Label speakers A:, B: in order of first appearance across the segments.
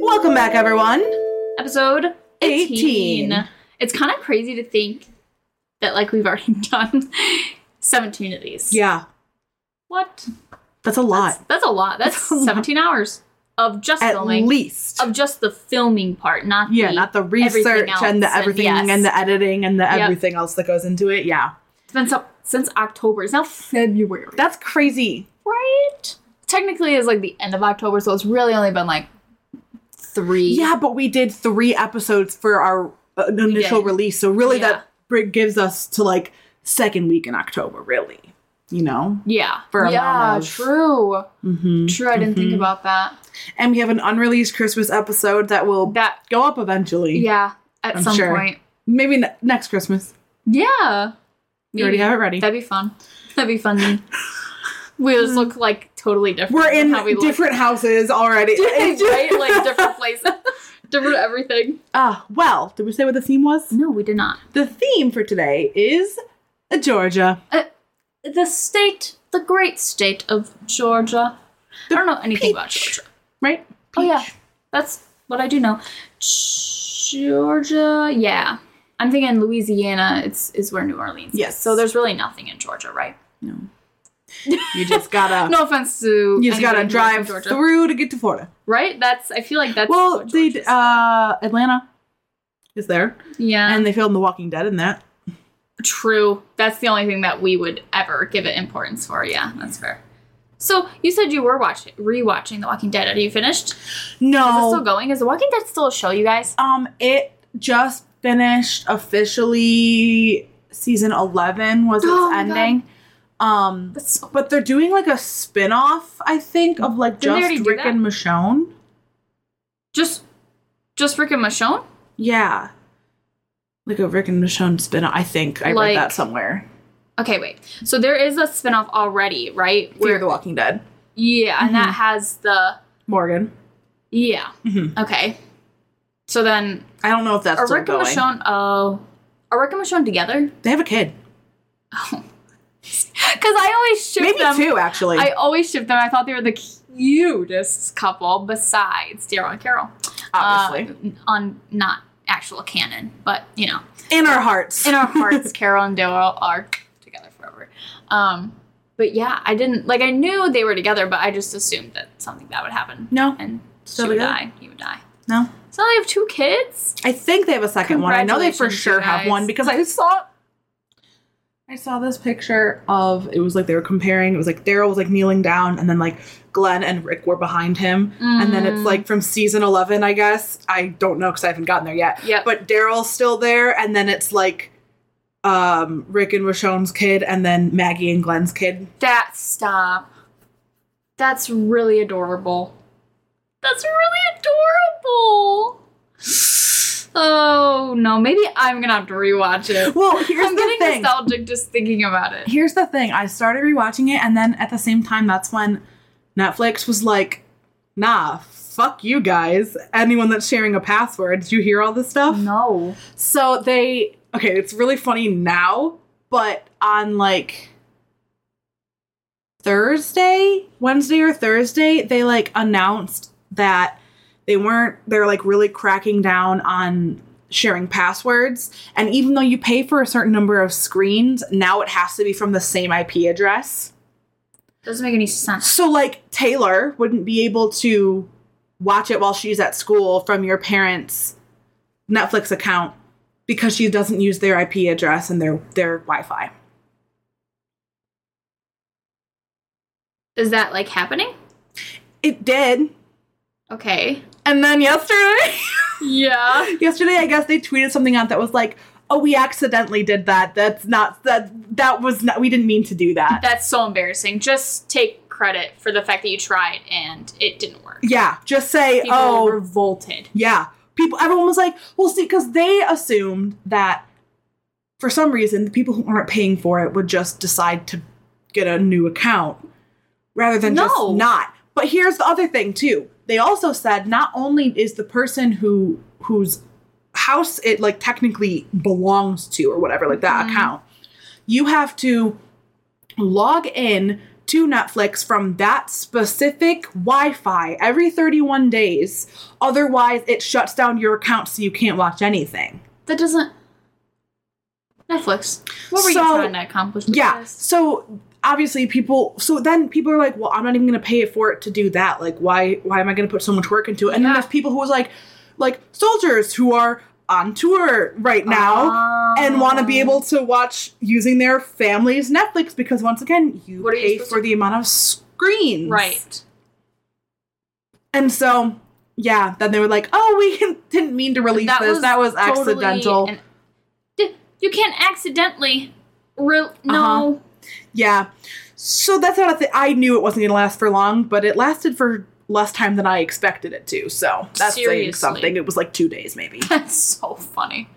A: Welcome back, everyone.
B: Episode 18.
A: 18.
B: It's kind of crazy to think that, like, we've already done 17 of these.
A: Yeah,
B: What?
A: that's a lot.
B: That's a lot. That's,
A: That's a lot.
B: 17 hours of just
A: At
B: filming.
A: least.
B: Of just the filming part, not
A: yeah,
B: the,
A: not the
B: everything
A: research and the
B: else and-
A: everything and,
B: yes.
A: the editing and the
B: Yep.
A: everything else that goes into it. Yeah.
B: It's been so, since October. It's now February.
A: That's crazy.
B: right. Technically, it's like the end of October, so it's really only been like three.
A: Yeah, but we did three episodes for our uh, initial
B: did.
A: release. So really
B: Yeah.
A: that br- gives us to like second week in October, really. You know?
B: Yeah.
A: For a
B: yeah.
A: amount of-
B: True.
A: Mm-hmm.
B: True. I didn't think
A: Mhm.
B: about that.
A: And we have an unreleased Christmas episode that will
B: That.
A: go up eventually.
B: Yeah. At
A: I'm
B: some
A: sure.
B: point.
A: Maybe ne- next Christmas.
B: Yeah.
A: You already
B: Maybe.
A: have it ready.
B: That'd be fun. That'd be fun. we just look like totally different.
A: We're
B: than
A: in
B: how we look.
A: different houses already. It's just-
B: right? Like different places, different everything.
A: Ah, well, did we say what the theme was?
B: No, we did not.
A: The theme for today is Georgia.
B: The state, the great state of Georgia. I don't know anything about
A: peach.
B: Georgia.
A: Right?
B: Oh, yeah.
A: Peach.
B: That's what I do know. Georgia, yeah. I'm thinking Louisiana. It's is where New Orleans. is.
A: Yes.
B: So there's really nothing in Georgia, right?
A: No. You just gotta
B: No offense to.
A: you just gotta
B: anybody who lives
A: drive
B: in Georgia,
A: through to get to Florida.
B: right? That's. I feel like that's.
A: well,
B: what
A: they
B: Georgia's for.
A: uh Atlanta is there,
B: yeah.
A: and they filmed The Walking Dead in that.
B: True. That's the only thing that we would ever give it importance for. Yeah, that's fair. So you said you were watching rewatching The Walking Dead. Are you finished? Is it still
A: No,
B: going? Is The Walking Dead still a show, you guys?
A: um, it just finished officially. Season eleven was its
B: Oh my God.
A: ending. Um,
B: That's so
A: but they're doing like a spin off, I think, of like
B: Didn't they already
A: just
B: do
A: Rick
B: that?
A: and Michonne.
B: just just Rick and Michonne?
A: Yeah. Like a Rick and Michonne spin off, I think. I read
B: Like-
A: that somewhere.
B: Okay, wait. So there is a spinoff already, right?
A: Fear the Mm-hmm. Walking Dead.
B: Yeah, and that has the
A: Morgan.
B: Yeah.
A: Mhm.
B: Okay. So then
A: I don't know if that's
B: are
A: still
B: Rick
A: going.
B: and Michonne oh are Rick and Michonne together?
A: They have a kid.
B: Because I always ship
A: Maybe
B: them
A: two, actually.
B: I always shipped them. I thought they were the cutest couple besides Daryl and Carol.
A: obviously.
B: Uh, on not actual canon, but you know,
A: in our hearts.
B: in our hearts, Carol and Daryl are together forever. Um, but yeah, I didn't like. I knew they were together, but I just assumed that something bad would happen.
A: no,
B: and
A: Still
B: she would
A: together?
B: die. He would die.
A: no.
B: So they have two kids.
A: I think they have a second one. I know they for
B: Congratulations,
A: sure
B: you
A: have
B: guys.
A: one because I saw I saw this picture of it was like they were comparing. It was like Daryl was like kneeling down and then like Glenn and Rick were behind him. And then it's
B: Mm.
A: like from season 11, I guess. I don't know cuz I haven't gotten there yet.
B: Yep.
A: But Daryl's still there and then it's like um Rick and Rashawn's kid and then Maggie and Glenn's kid.
B: That stop. That's really adorable. That's really adorable. Oh no, maybe I'm gonna have to rewatch it.
A: Well, here's
B: I'm
A: the
B: getting
A: thing.
B: nostalgic just thinking about it.
A: here's the thing i started rewatching it and then at the same time that's when netflix was like nah fuck you guys anyone that's sharing a password did you hear all this stuff
B: No.
A: so they okay it's really funny now but on like thursday wednesday or thursday they like announced that they weren't they're like really cracking down on sharing passwords and even though you pay for a certain number of screens now it has to be from the same ip address
B: Doesn't make any sense.
A: so like taylor wouldn't be able to watch it while she's at school from your parents netflix account because she doesn't use their ip address and their their wi-fi
B: Is that like happening?
A: it did
B: Okay.
A: and then yesterday
B: Yeah.
A: yesterday i guess they tweeted something out that was like oh we accidentally did that that's not that that was not we didn't mean to do that
B: That's so embarrassing. Just take credit for the fact that you tried and it didn't work.
A: yeah just say
B: People
A: oh
B: revolted.
A: yeah people everyone was like well see because they assumed that for some reason the people who aren't paying for it would just decide to get a new account rather than just
B: No.
A: not but here's the other thing too they also said not only is the person who whose house it like technically belongs to or whatever like that
B: Mhm.
A: account you have to log in to Netflix from that specific Wi Fi every 31 days. Otherwise, it shuts down your account so you can't watch anything.
B: That doesn't. Netflix. What were
A: So-
B: you trying to accomplish? With
A: Yeah.
B: This?
A: So obviously people so then people are like, well, I'm not even gonna pay for it to do that. Like why why am I gonna put so much work into it? And then
B: Yeah.
A: there's people who was like like soldiers who are on tour right now
B: Oh. Um,
A: and wanna be able to watch using their family's Netflix because once again you
B: What are you
A: pay
B: supposed
A: for the amount of screens.
B: Right.
A: And so yeah, then they were like, oh we didn't mean to release this. that was
B: totally
A: accidental.
B: an- D- you can't accidentally. Re-
A: Uh-huh.
B: no.
A: Yeah. So that's not a thing. I knew it wasn't going to last for long, but it lasted for less time than I expected it to. So that's saying
B: Seriously.
A: something. It was like two days, maybe.
B: That's so funny.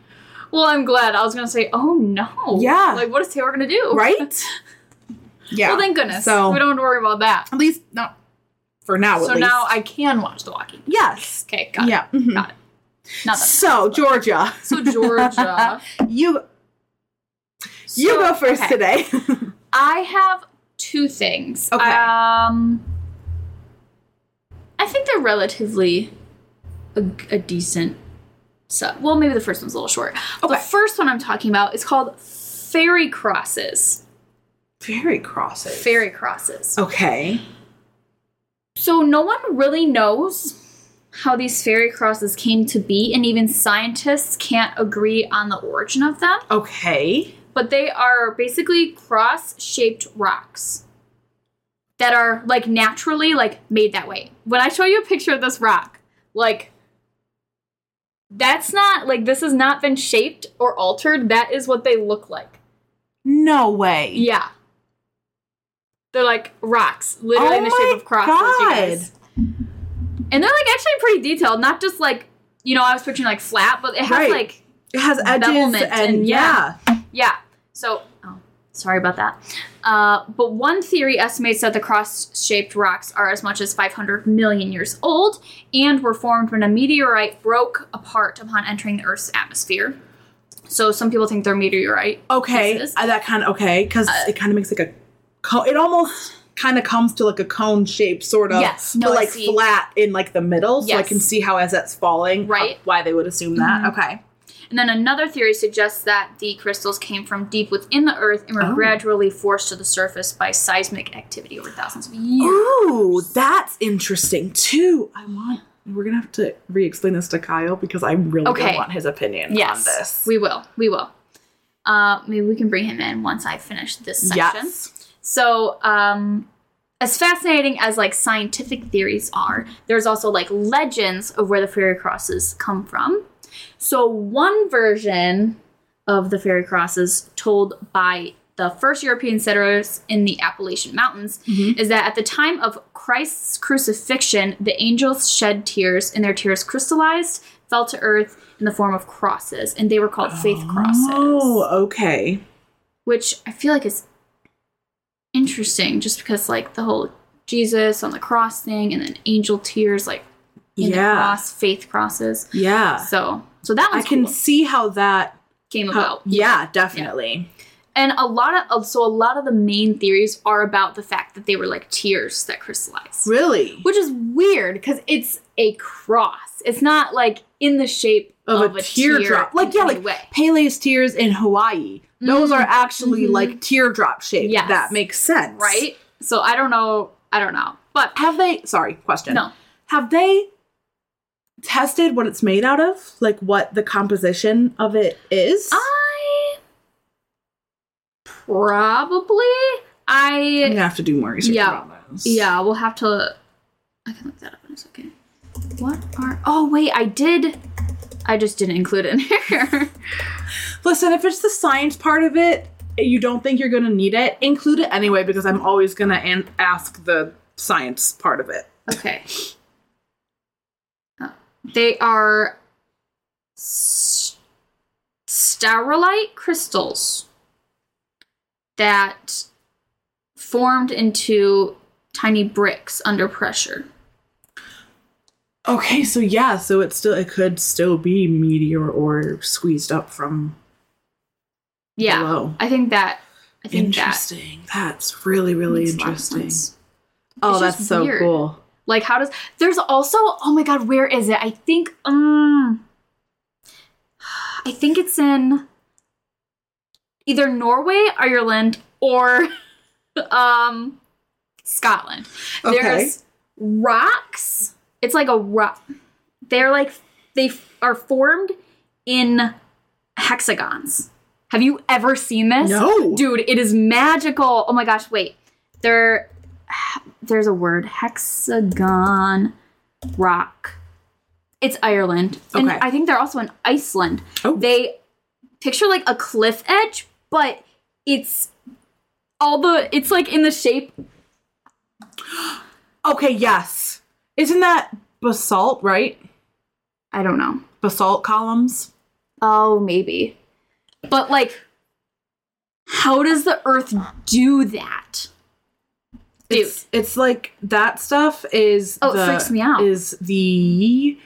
B: Well, I'm glad. I was gonna say, oh no.
A: Yeah.
B: Like, what is Taylor gonna do?
A: right? Yeah.
B: Oh. Well, thank goodness.
A: So-
B: we don't have to worry about that.
A: at least, not for now,
B: So
A: at least.
B: now I can watch The Walking. Dead.
A: yes.
B: Okay, got
A: yeah. mhm.
B: it. Got it. Not that.
A: So, Georgia,
B: So Georgia.
A: you you
B: So-
A: go first
B: okay.
A: today.
B: I have two things.
A: Okay.
B: Um, I think they're relatively a, a decent. So, well, maybe the first one's a little short. The
A: Okay.
B: first one I'm talking about is called Fairy Crosses.
A: Fairy crosses.
B: Fairy Crosses.
A: Okay.
B: So no one really knows how these fairy crosses came to be, and even scientists can't agree on the origin of them.
A: Okay.
B: But they are basically cross-shaped rocks that are like naturally like made that way. When I show you a picture of this rock, like that's not like this has not been shaped or altered. That is what they look like.
A: No way.
B: Yeah. They're like rocks, literally in the
A: Oh
B: shape
A: my
B: of crosses. you guys. And they're like actually pretty detailed, not just like, you know, I was picturing like flat, but it has
A: Right.
B: like,
A: It has edges and,
B: Bevelment and-
A: yeah.
B: yeah. So, oh, sorry about that. Uh, but one theory estimates that the cross shaped rocks are as much as 500 million years old and were formed when a meteorite broke apart upon entering the Earth's atmosphere. So, some people think they're meteorite
A: Okay,
B: pieces.
A: uh, that kind of okay because
B: Uh,
A: it kind of makes like a cone. It almost kind of comes to like a cone shape, sort of.
B: Yes,
A: but
B: no, I
A: like
B: see.
A: flat in like the middle, so I
B: Yes.
A: can see how as that's falling,
B: Right. Mm-hmm.
A: how- why they would assume that. Okay,
B: And then another theory suggests that the crystals came from deep within the Earth and were
A: Oh.
B: gradually forced to the surface by seismic activity over thousands of
A: Oh,
B: years.
A: ooh, that's interesting too. I want. We're gonna have to re-explain this to Kyle because I really
B: Okay.
A: don't want his opinion
B: yes,
A: on this.
B: we will. We will. Uh, maybe we can bring him in once I finish this section.
A: yes.
B: So, um, as fascinating as like scientific theories are, there's also like legends of where the fairy crosses come from. So, one version of the fairy crosses told by the first European settlers in the Appalachian Mountains
A: Mhm.
B: is that at the time of Christ's crucifixion, the angels shed tears and their tears crystallized, fell to earth in the form of crosses, and they were called faith crosses
A: Oh, okay.
B: which I feel like is interesting just because like the whole Jesus on the cross thing and then angel tears like in the
A: Yeah,
B: cross, faith crosses.
A: yeah.
B: So so that
A: I
B: one's
A: can
B: cool.
A: see how that.
B: came
A: how-
B: about.
A: yeah, definitely.
B: And a lot of so a lot of the main theories are about the fact that they were like tears that crystallized.
A: Really?
B: Which is weird because it's a cross. It's not like in the shape
A: Of
B: of,
A: a
B: a,
A: teardrop.
B: tear in
A: Like, yeah,
B: any
A: like,
B: way.
A: Pele's tears in Hawaii. Those are actually
B: Mhm.
A: like teardrop shaped.
B: Yes.
A: That makes sense.
B: right. So I don't know. I don't know. But
A: Have they sorry, question.
B: no,
A: Have they tested what it's made out of? Like what the composition of it is?
B: I probably
A: I'm
B: I
A: gonna have to do more research
B: Yeah.
A: about this.
B: yeah, we'll have to I can look that up in a second. What are Oh wait, I did I just didn't include it in here.
A: Listen, if it's the science part of it, you don't think you're gonna need it, include it anyway, because I'm always gonna an- ask the science part of it.
B: okay. Oh, They are s- staurolite crystals that formed into tiny bricks under pressure.
A: Okay, so yeah, so it still it could still be meteor or squeezed up from
B: Yeah.
A: below.
B: I think that I think that
A: Interesting. That's really, really
B: makes a lot of
A: interesting.
B: sense.
A: Oh,
B: It's
A: that's
B: just
A: so
B: weird.
A: cool.
B: Like, how does there's also oh my god, where is it? I think um, I think it's in either Norway, Ireland, or um, Scotland.
A: Okay.
B: There's rocks. It's like a rock. They're like they f- are formed in hexagons. Have you ever seen this?
A: No.
B: dude, it is magical. Oh my gosh, wait. There, there's a word hexagon rock. It's Ireland, and
A: Okay.
B: I think they're also in Iceland.
A: Oh.
B: They picture like a cliff edge, but it's all the it's like in the shape
A: Okay, yes. Isn't that basalt, right?
B: I don't know.
A: Basalt columns?
B: Oh, maybe. But like how does the earth do that? Dude.
A: It's, it's like that stuff is
B: Oh, it
A: the-
B: freaks me out.
A: Is the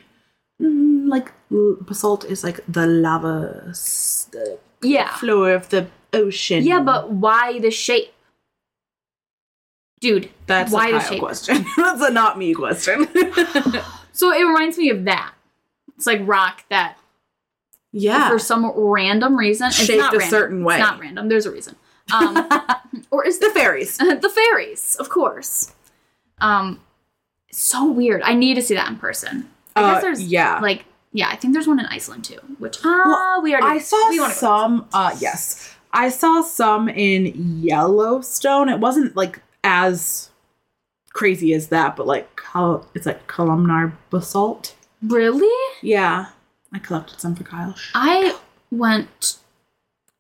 A: mm, like l- basalt is like the lava, s- the
B: yeah.
A: floor of the ocean.
B: Yeah, but why the shape? Dude,
A: that's
B: why
A: a
B: the
A: Kyle
B: shape?
A: question. that's a not me question.
B: So it reminds me of that. It's like rock that
A: yeah,
B: for some random reason it's
A: Shaped
B: not
A: a
B: random.
A: certain way.
B: It's not random. There's a reason. Um, or is
A: the fairies.
B: the fairies, of course. Um, so weird. I need to see that in person. I
A: Uh,
B: guess there's
A: yeah.
B: like yeah. I think there's one in Iceland too, which ah, we already.
A: I saw
B: we wanna go.
A: some. Uh, yes, I saw some in Yellowstone. It wasn't like as crazy as that, but like col- it's like columnar basalt.
B: Really,
A: Yeah, I collected some for Kyle.
B: I went.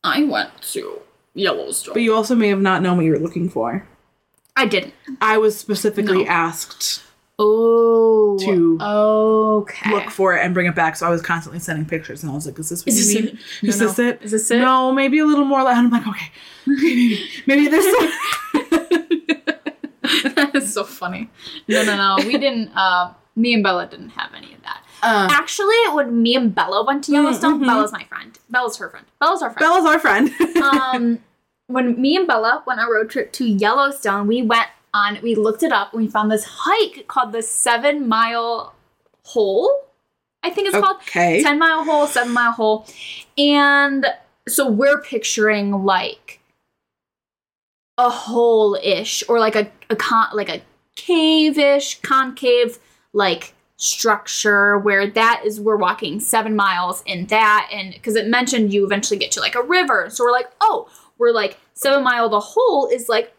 B: I went to Yellowstone.
A: But you also may have not known what you were looking for.
B: I didn't.
A: I was specifically
B: No.
A: asked
B: Oh.
A: To
B: okay.
A: look for it and bring it back, so I was constantly sending pictures, and I was like, "Is this what
B: Is
A: you
B: this
A: mean? Is this it?
B: Is this it?
A: No, maybe a little more." Like, and I'm like, "Okay, maybe, maybe this."
B: that is so funny. No, no, no. We didn't. Uh, me and Bella didn't have any of that.
A: Uh,
B: Actually, when me and Bella went to Yellowstone,
A: mhm.
B: Bella's my friend. Bella's her friend. Bella's our friend.
A: Bella's our friend.
B: um, when me and Bella went on a road trip to Yellowstone, we went on. We looked it up. and We found this hike called the Seven Mile Hole. I think it's
A: Oh.
B: called.
A: okay.
B: 10 mile hole, 7 mile hole. And so we're picturing like a hole ish or like a, a con- like a cave ish, concave like structure where that is we're walking seven miles in that and because it mentioned you eventually get to like a river so we're like oh we're like seven mile the hole is like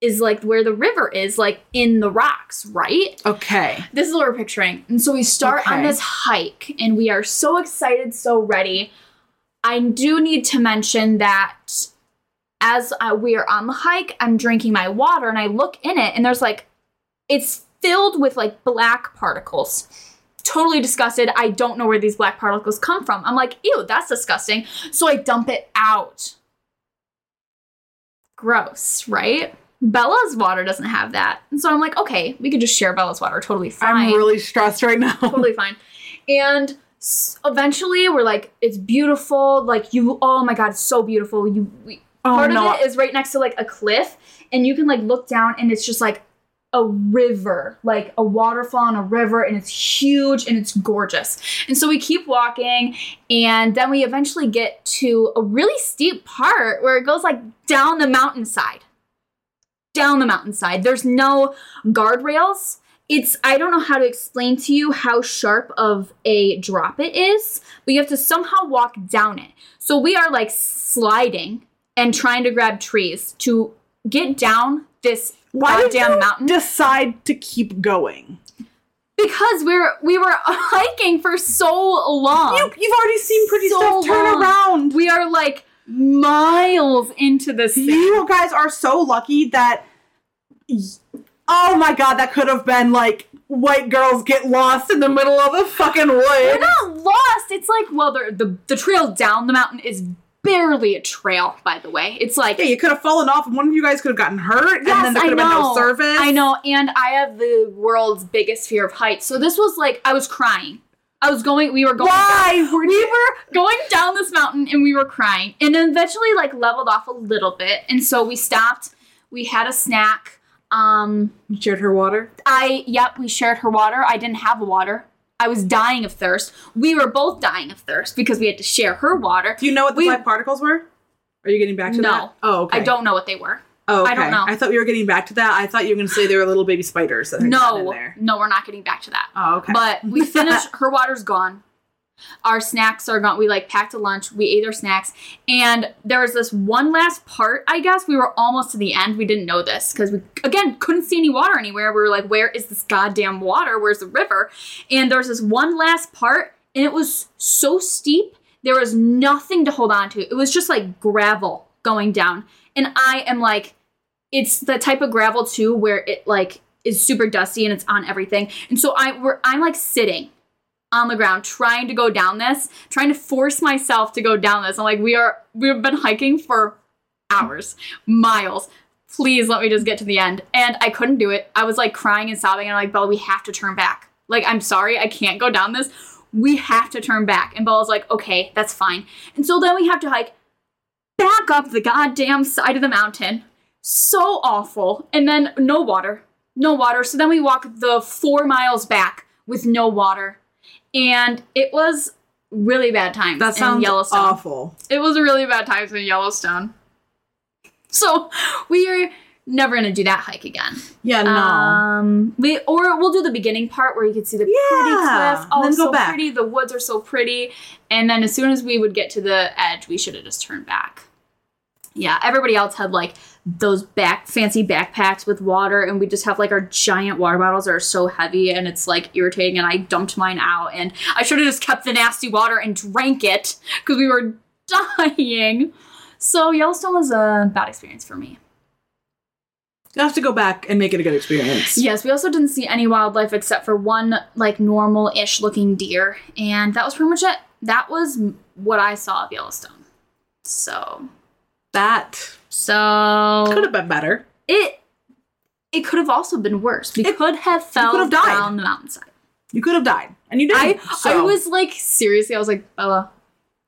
B: is like where the river is like in the rocks right
A: Okay.
B: this is what we're picturing. And so we start on
A: Okay.
B: this hike and we are so excited, so ready. I do need to mention that as uh, we are on the hike, I'm drinking my water and I look in it and there's like, it's filled with like black particles. Totally disgusted. I don't know where these black particles come from. I'm like, ew, that's disgusting. So I dump it out. Gross, right? Bella's water doesn't have that. And so I'm like, okay, we could just share Bella's water. Totally fine
A: I'm really stressed right now.
B: totally fine. And s- eventually, we're like, it's beautiful. Like you, oh my god, it's so beautiful. You, we,
A: Oh,
B: part
A: no.
B: of it is right next to like a cliff, and you can like look down, and it's just like a river, like a waterfall and a river, and it's huge and it's gorgeous. And so we keep walking, and then we eventually get to a really steep part where it goes like down the mountainside. Down the mountainside. There's no guardrails. It's, I don't know how to explain to you how sharp of a drop it is, but you have to somehow walk down it. So we are like sliding and trying to grab trees to get down this
A: Why did
B: goddamn
A: you
B: mountain
A: decide to keep going?
B: because we're we were hiking for so long.
A: You, you've already seen pretty
B: Um, So
A: stuff. Turn
B: long.
A: around.
B: we are like miles into this thing.
A: You guys are so lucky that. Oh my god, that could have been like white girls get lost in the middle of the fucking
B: We're
A: woods.
B: not lost. It's like well, the the, the trail down the mountain is barely a trail. By the way, it's like
A: Yeah, you could have fallen off, and one of you guys could have gotten hurt, and then
B: Yes,
A: there could have
B: I
A: been no
B: know.
A: service.
B: I know, and I have the world's biggest fear of heights. So this was like I was crying. I was going. We were going.
A: Why? Were
B: We were going down this mountain and we were crying, and eventually like leveled off a little bit, and so we stopped. We had a snack. Um,
A: you shared her water?
B: I yep, we shared her water. I didn't have water. I was dying of thirst. We were both dying of thirst because we had to share her water.
A: Do you know what the
B: We-
A: five particles were? Are you getting back to
B: No.
A: that? Oh, okay.
B: I don't know what they were.
A: Oh, okay.
B: I don't know.
A: I thought you were getting back to that. I thought you were going to say they were little baby spiders that had gotten
B: No,
A: in there.
B: no, we're not getting back to that.
A: Oh, okay.
B: But we finished. her water's gone. Our snacks are gone. We like packed a lunch. We ate our snacks, and there was this one last part. I guess we were almost to the end. We didn't know this because we again couldn't see any water anywhere. We were like, "Where is this goddamn water? Where's the river?" And there was this one last part, and it was so steep. There was nothing to hold on to. It was just like gravel going down, and I am like, it's the type of gravel too where it like is super dusty and it's on everything. And so I we're, I'm like sitting on the ground trying to go down this, trying to force myself to go down this. I'm like we are we've been hiking for hours, miles. Please let me just get to the end. And I couldn't do it. I was like crying and sobbing and I'm like, "Bella, we have to turn back." Like, "I'm sorry, I can't go down this. We have to turn back." And Bella's like, "Okay, that's fine." And so then we have to hike back up the goddamn side of the mountain so awful. And then no water, no water. So then we walk the four miles back with no water, and it was really bad times
A: that
B: in
A: sounds
B: Yellowstone.
A: awful.
B: It was really bad times in Yellowstone. So we are never gonna do that hike again.
A: Yeah, no.
B: Um, we or we'll do the beginning part where you can see the pretty
A: Yeah,
B: cliff. Oh,
A: and then
B: it's
A: go
B: so
A: back.
B: pretty. The woods are so pretty. And then as soon as we would get to the edge, we should have just turned back. Yeah, everybody else had like those back fancy backpacks with water, and we just have like our giant water bottles that are so heavy and it's like irritating. And I dumped mine out, and I should have just kept the nasty water and drank it because we were dying. So Yellowstone was a bad experience for me.
A: you have to go back and make it a good experience.
B: Yes, we also didn't see any wildlife except for one like normal-ish looking deer, and that was pretty much it. That was m- what I saw of Yellowstone. So,
A: That could
B: so
A: have been better.
B: it it could have also been worse. We
A: It-
B: could have fell
A: could have died.
B: down the mountainside.
A: You could have died. And you
B: I
A: didn't.
B: I
A: so-
B: was like seriously, I was like "Oh, Bella,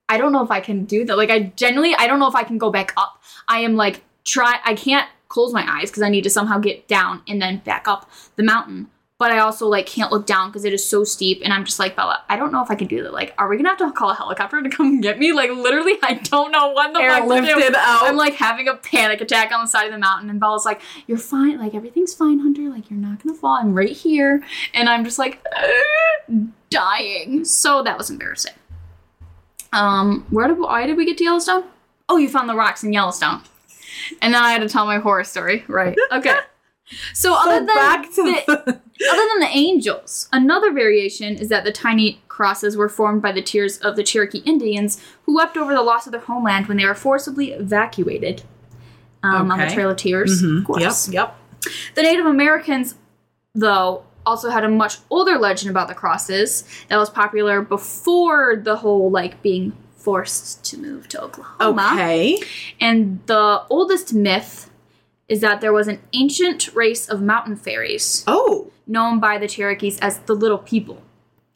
B: I don't know if I can do that. Like I genuinely, I don't know if I can go back up. I am like try. I can't close my eyes because I need to somehow get down and then back up the mountain. But I also like can't look down because it is so steep, and I'm just like Bella. I don't know if I can do that. Like, are we gonna have to call a helicopter to come get me? Like, literally, I don't know what the fuck to do.
A: airlifted out.
B: I'm like having a panic attack on the side of the mountain, and Bella's like, "You're fine. Like everything's fine, Hunter. Like you're not gonna fall. I'm right here." And I'm just like dying. So that was embarrassing. Um, where did why did we get to Yellowstone? Oh, you found the rocks in Yellowstone, and then I had to tell my horror story. Right. Okay. So,
A: so
B: other than
A: back to
B: the-
A: the,
B: other than the angels, another variation is that the tiny crosses were formed by the tears of the Cherokee Indians who wept over the loss of their homeland when they were forcibly evacuated um, on the
A: Okay.
B: Trail of Tears. Mm-hmm. Of
A: Mhm. Yep,
B: course.
A: yep.
B: The Native Americans, though, also had a much older legend about the crosses that was popular before the whole like being forced to move to Oklahoma.
A: Okay.
B: And the oldest myth is that there was an ancient race of mountain fairies
A: Oh,
B: known by the Cherokees as the Little People.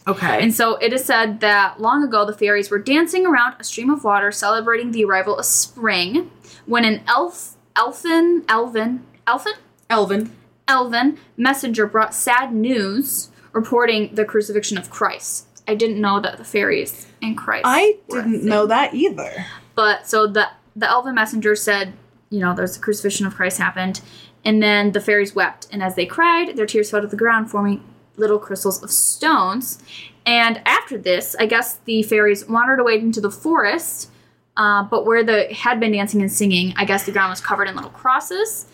A: okay.
B: And so it is said that long ago the fairies were dancing around a stream of water celebrating the arrival of spring when an elf, elfin, elven, elfin?
A: Elvin.
B: Elven messenger brought sad news reporting the crucifixion of Christ. I didn't know that the fairies and Christ.
A: I
B: were a
A: didn't
B: thing.
A: know that either.
B: But so the the elven messenger said, you know, there's the crucifixion of Christ happened, and then the fairies wept, and as they cried, their tears fell to the ground, forming little crystals of stones. And after this, I guess the fairies wandered away into the forest, uh, but where they had been dancing and singing, I guess the ground was covered in little crosses.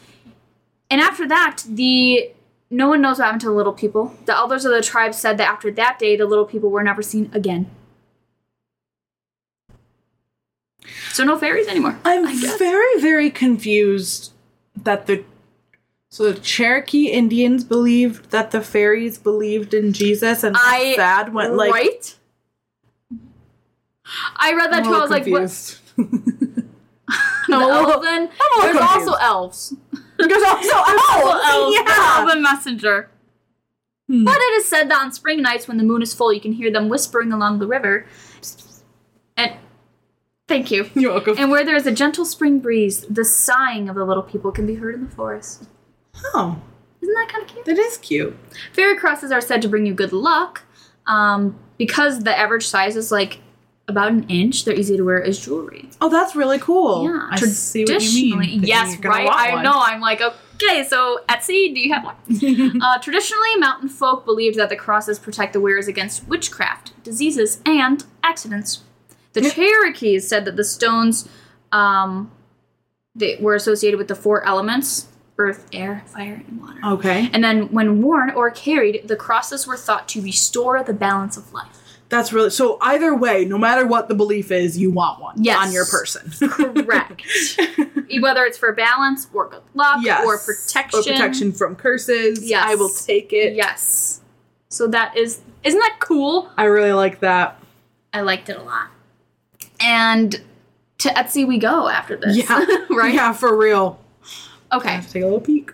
B: And after that, the no one knows what happened to the little people. The elders of the tribe said that after that day, the little people were never seen again. So no fairies anymore.
A: I'm
B: I guess.
A: very, very confused that the so the Cherokee Indians believed that the fairies believed in Jesus, and
B: I-
A: Thad went like
B: right? I read
A: I'm
B: that too.
A: a
B: I
A: little
B: was like, what?
A: confused.
B: The
A: I'm a little-
B: elven?
A: I'm a
B: There's
A: little confused.
B: also elves.
A: There's also elves.
B: elves.
A: oh, yeah.
B: The elven messenger.
A: Hmm.
B: Oh, But it is said that on spring nights when the moon is full, you can hear them whispering along the river. And thank you.
A: You're welcome.
B: And where there is a gentle spring breeze, the sighing of the little people can be heard in the forest.
A: oh,
B: Isn't that kind of cute?
A: that is cute.
B: Fairy crosses are said to bring you good luck um, because the average size is like about an inch. They're easy to wear as jewelry.
A: Oh, that's really cool.
B: Yeah,
A: I see what you
B: traditionally-
A: mean.
B: Yes,
A: You're gonna
B: right.
A: want
B: I
A: one.
B: know. I'm like, okay, so Etsy, do you have one? uh, traditionally, mountain folk believed that the crosses protect the wearers against witchcraft, diseases, and accidents. The Cherokees said that the stones um, they were associated with the four elements earth, air, fire, and
A: Oh.
B: water.
A: Okay,
B: And then, when worn or carried, the crosses were thought to restore the balance of life.
A: that's really so. Either way, no matter what the belief is, you want one
B: Yes.
A: on your person.
B: Correct. Whether it's for balance or good luck
A: yes,
B: or protection.
A: or protection from curses.
B: Yes.
A: I will take it.
B: Yes. So that is isn't that cool?
A: I really like that.
B: I liked it a lot. And to Etsy we go after this.
A: Yeah,
B: right?
A: Yeah, for real. I
B: Okay.
A: have to take a little peek.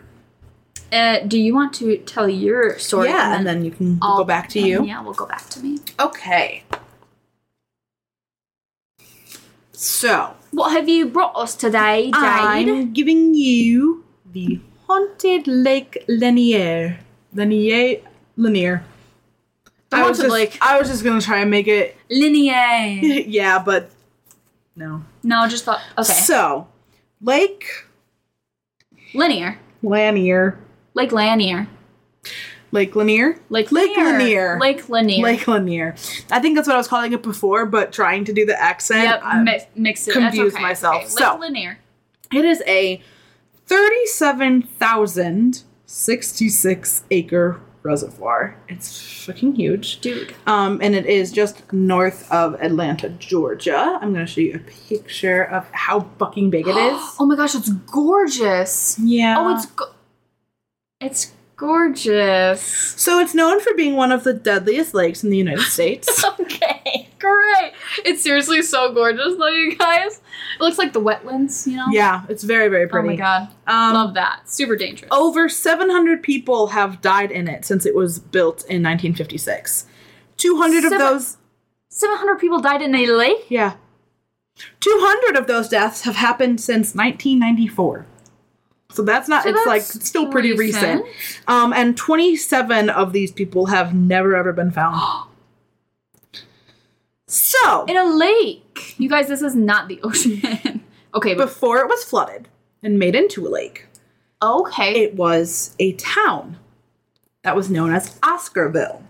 B: Uh, do you want to tell your story?
A: yeah, and then you can
B: I'll-
A: go back to
B: and
A: you.
B: Yeah, we'll go back to me.
A: Okay. So
B: What have you brought us today, Jade?
A: I'm giving you the haunted Lake Lanier. Lanier. Lanier. I was
B: haunted
A: just,
B: lake.
A: I was just gonna try and make it.
B: Linear.
A: yeah, but no.
B: no, just thought. Okay.
A: So, Lake
B: linear.
A: Lanier.
B: Lake Lanier.
A: Lake Lanier.
B: Lake
A: Lake Lanier.
B: Lake Lanier.
A: Lake Lanier. I think that's what I was calling it before, but trying to do the accent.
B: Yep,
A: I'm-
B: mi- mix it. That's
A: confused
B: okay.
A: myself.
B: Okay. Lake
A: So-
B: Lanier.
A: It is a 37,066 acre reservoir. It's fucking huge.
B: Dude.
A: Um, and it is just north of Atlanta, Georgia. I'm going to show you a picture of how fucking big it is.
B: Oh my gosh, it's gorgeous.
A: yeah.
B: Oh, it's go- it's gorgeous.
A: so it's known for being one of the deadliest lakes in the United States.
B: Okay, great. It's seriously so gorgeous, though, you guys. It looks like the wetlands, you know.
A: yeah, it's very very
B: Oh
A: pretty.
B: my god,
A: Um,
B: love that. Super dangerous.
A: Over 700 people have died in it since it was built in 1956. 200 of
B: Seven-
A: those
B: 700 people died in a lake.
A: Yeah. 200 of those deaths have happened since 1994. So that's not,
B: So
A: it's like
B: that's
A: still pretty recent.
B: recent.
A: Um, and 27 of these people have never ever been found. so,
B: In a lake. You guys, this is not the ocean. okay, but
A: before it was flooded and made into a lake,
B: okay.
A: it was a town that was known as Oscarville.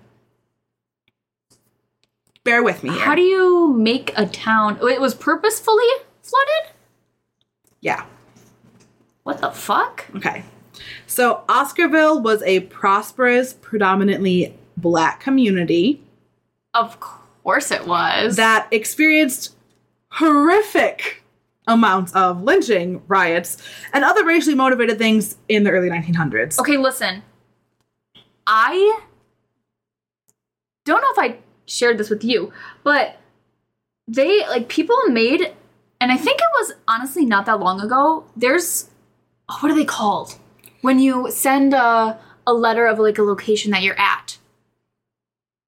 A: Bear with me here.
B: How do you make a town? Oh, It was purposefully flooded?
A: yeah.
B: What the fuck?
A: Okay. So Oscarville was a prosperous, predominantly black community
B: Of course it was.
A: that experienced horrific amounts of lynching, riots, and other racially motivated things in the early 1900s.
B: Okay, listen. I don't know if I shared this with you, but they like people made and I think it was honestly not that long ago. There's oh, what are they called? When you send a a letter of like a location that you're at.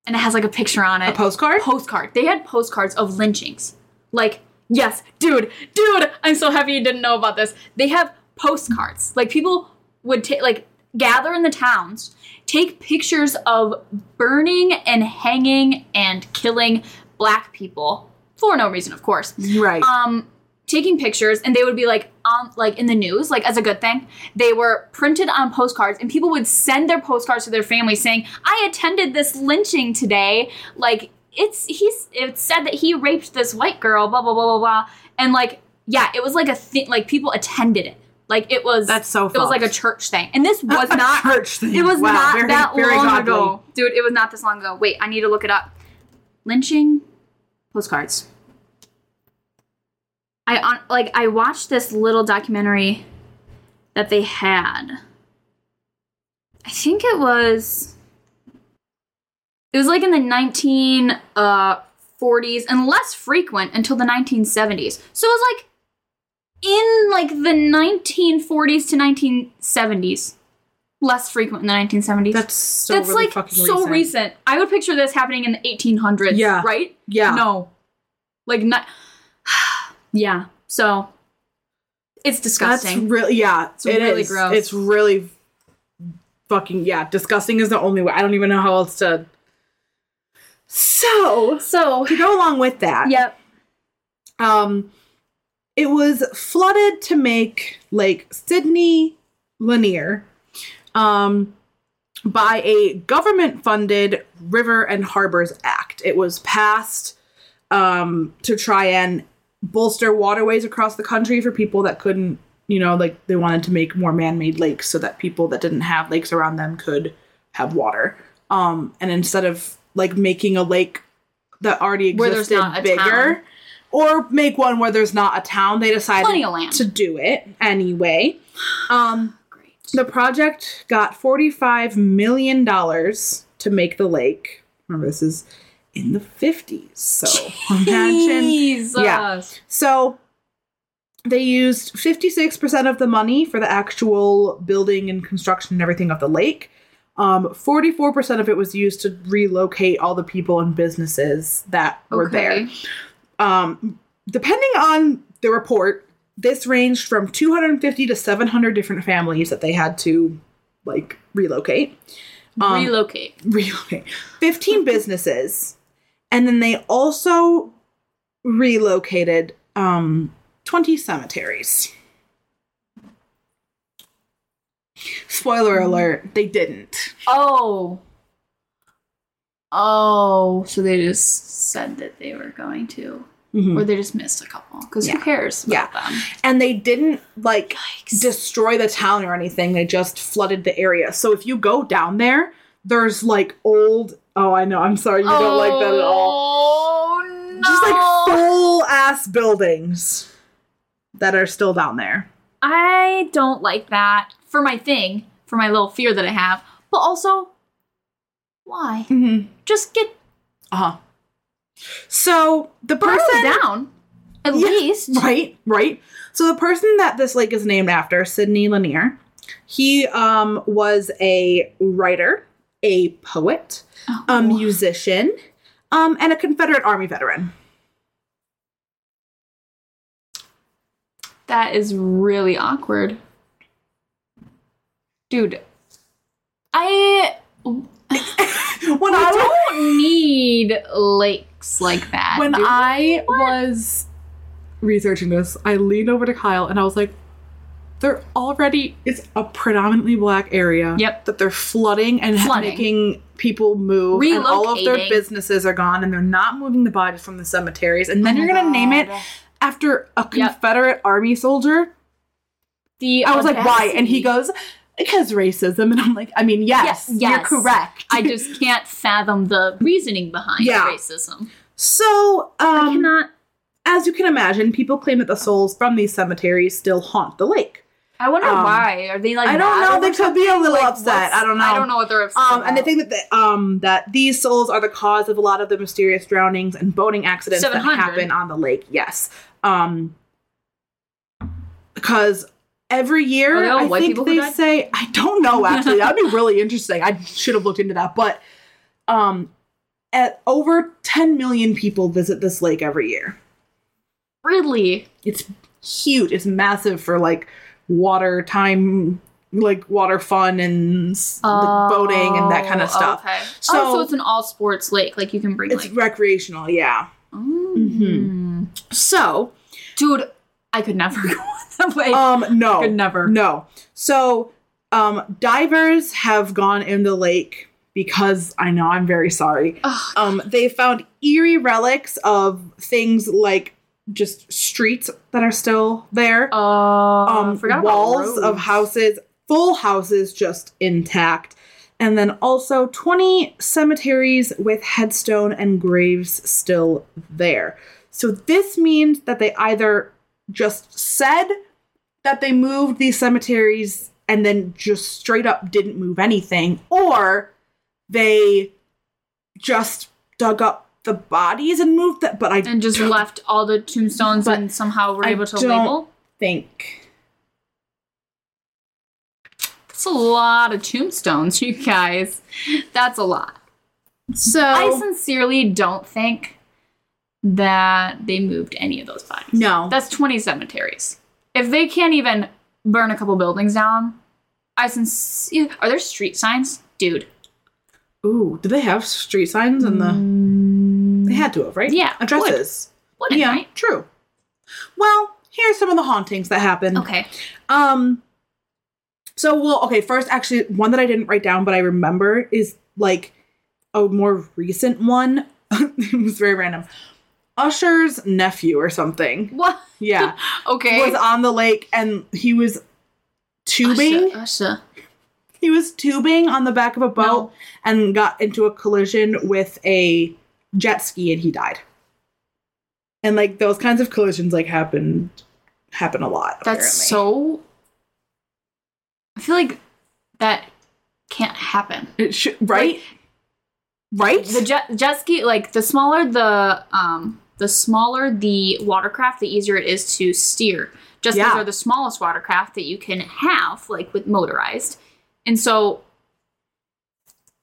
B: And it has like a picture on
A: A
B: it.
A: postcard?
B: postcard. They had postcards of lynchings. Like, yes, dude, dude, I'm so happy you didn't know about this. They have postcards. Like people would take like gather in the towns, take pictures of burning and hanging and killing black people for no reason, of course.
A: right.
B: Um taking pictures and they would be like on like in the news like as a good thing they were printed on postcards and people would send their postcards to their family saying i attended this lynching today like it's he's it's said that he raped this white girl blah blah blah blah blah and like yeah it was like a thing like people attended it like it was
A: That's so
B: it was like a
A: fucked.
B: church thing and this was
A: A
B: not
A: church thing.
B: it was
A: Wow,
B: not
A: very-
B: that
A: very
B: long
A: godly.
B: ago dude it was not this long ago wait i need to look it up lynching postcards i on like i watched this little documentary that they had i think it was it was like in the 19 uh 40s and less frequent until the 1970s so it was like in like the 1940s to 1970s less frequent in the 1970s.
A: That's so
B: That's
A: really
B: like
A: fucking
B: so
A: recent.
B: recent. I would picture this happening in the 1800s.
A: Yeah.
B: Right?
A: Yeah.
B: No. Like not. yeah. So it's disgusting.
A: That's really yeah.
B: It's really
A: is.
B: gross.
A: It's really fucking yeah. Disgusting is the only way. I don't even know how else to. So
B: so
A: to go along with that,
B: yep.
A: um, it was flooded to make Lake Sydney Lanier, um, by a government-funded River and Harbors Act. It was passed um, to try and bolster waterways across the country for people that couldn't, you know, like they wanted to make more man-made lakes so that people that didn't have lakes around them could have water. Um, and instead of like making a lake that already
B: Where there's
A: existed
B: not a
A: bigger,
B: town.
A: or make one where there's not a town, they decided
B: Plenty of land.
A: to do it anyway. Um,
B: Great.
A: the project got $45 million to make the lake. Remember, this is in the 50s. So imagine.
B: Jesus.
A: Yeah. So they used 56% of the money for the actual building and construction and everything of the lake. Um, 44% of it was used to relocate all the people and businesses that were there.
B: Okay.
A: Um, depending on the report, this ranged from 250 to 700 different families that they had to like relocate. Um,
B: Relocate.
A: relocate 15 businesses, and then they also relocated um 20 cemeteries. Spoiler alert, they didn't.
B: Oh. Oh, so they just said that they were going to, or they just missed a couple. Because
A: Yeah.
B: who cares? About yeah. Them?
A: And they didn't like
B: Yikes.
A: destroy the town or anything. They just flooded the area. So if you go down there, there's like old. Oh, I know. I'm sorry. You don't like that at all.
B: Oh no!
A: Just like full ass buildings that are still down there.
B: I don't like that for my thing, for my little fear that I have. But also, why?
A: Mm-hmm.
B: Just get
A: Uh huh. So the
B: burn
A: person
B: down, at
A: Yeah,
B: least.
A: Right, right. So the person that this lake is named after, Sidney Lanier, he um, was a writer, a poet,
B: Oh.
A: a musician, um, and a Confederate Army veteran.
B: That is really awkward. Dude, I
A: When
B: I
A: I was,
B: don't need lakes like that.
A: when
B: dude.
A: I was researching this, I leaned over to Kyle and I was like, "They're already it's a predominantly black area.
B: Yep.
A: that they're flooding and
B: Flooding.
A: making people move, and all of their
B: Relocating.
A: businesses are gone, and they're not moving the bodies from the cemeteries, and then
B: Oh
A: you're
B: my
A: gonna name it
B: God.
A: after a
B: Yep.
A: Confederate Army soldier.
B: The
A: I was like, why? And he
B: audacity.
A: goes. Because racism, and I'm like, I mean, yes,
B: Yes, yes.
A: you're correct.
B: I just can't fathom the reasoning behind
A: Yeah. Um,
B: racism.
A: so,
B: I
A: um,
B: cannot.
A: as you can imagine, people claim that the souls from these cemeteries still haunt the lake.
B: I wonder
A: um,
B: why. Are they like?
A: I don't
B: mad
A: know.
B: over
A: They could be a little
B: Like,
A: upset.
B: what's-
A: I don't know.
B: I don't know what they're upset.
A: Um, and they
B: about.
A: think that the, um, that these souls are the cause of a lot of the mysterious drownings and boating accidents that
B: 700.
A: happen on the lake. Yes, um, because every year
B: Are they all
A: I
B: white
A: think
B: people who
A: they
B: died?
A: say I don't know. Actually, that'd be really interesting. I should have looked into that. But um, at over 10 million people visit this lake every year.
B: really.
A: It's huge. It's massive for like water time, like water fun and s- like, boating and that kind of
B: Oh,
A: stuff.
B: Okay. So,
A: So-
B: oh, so it's an all sports lake. Like you can bring
A: It's
B: like. mm.
A: recreational, yeah. Mhm. So,
B: Dude, I could never go that way.
A: um,
B: I could
A: no,
B: never.
A: no. So, um, divers have gone in the lake because I know I'm very sorry.
B: Ugh.
A: Um, they found eerie relics of things like just streets that are still there.
B: Uh,
A: um,
B: forgot about
A: walls of
B: roads.
A: houses, full houses just intact. And then also 20 cemeteries with headstone and graves still there. So this means that they either just said that they moved these cemeteries and then just straight up didn't move anything, or they just dug up the bodies and moved that. But I
B: And just left all the tombstones
A: But
B: and somehow were
A: I
B: able to
A: don't-
B: label.
A: think
B: It's a lot of tombstones, you guys. That's a lot.
A: So
B: I sincerely don't think that they moved any of those bodies.
A: no,
B: That's 20 cemeteries. If they can't even burn a couple buildings down, I sincerely. Are there street signs? Dude.
A: Ooh, did they have street signs in the? They had to have, right?
B: Mm. Yeah,
A: addresses.
B: What a
A: Uh, yeah,
B: night.
A: true. Well, here's some of the hauntings that happened.
B: Okay.
A: Um. So well, okay. First, actually, one that I didn't write down, but I remember is like a more recent one. it was very random. Usher's nephew or something.
B: What?
A: Yeah,
B: Okay.
A: was on the lake and he was tubing.
B: Usha, Usha.
A: He was tubing on the back of a boat
B: No.
A: and got into a collision with a jet ski and he died. And like those kinds of collisions like happened happen a lot.
B: That's
A: apparently.
B: so. I feel like that can't happen.
A: It should, right? right?
B: The jet, jet ski, like the smaller the um the smaller the watercraft, the easier it is to steer. Jet skis
A: Yeah.
B: are the smallest watercraft that you can have, like with motorized, and so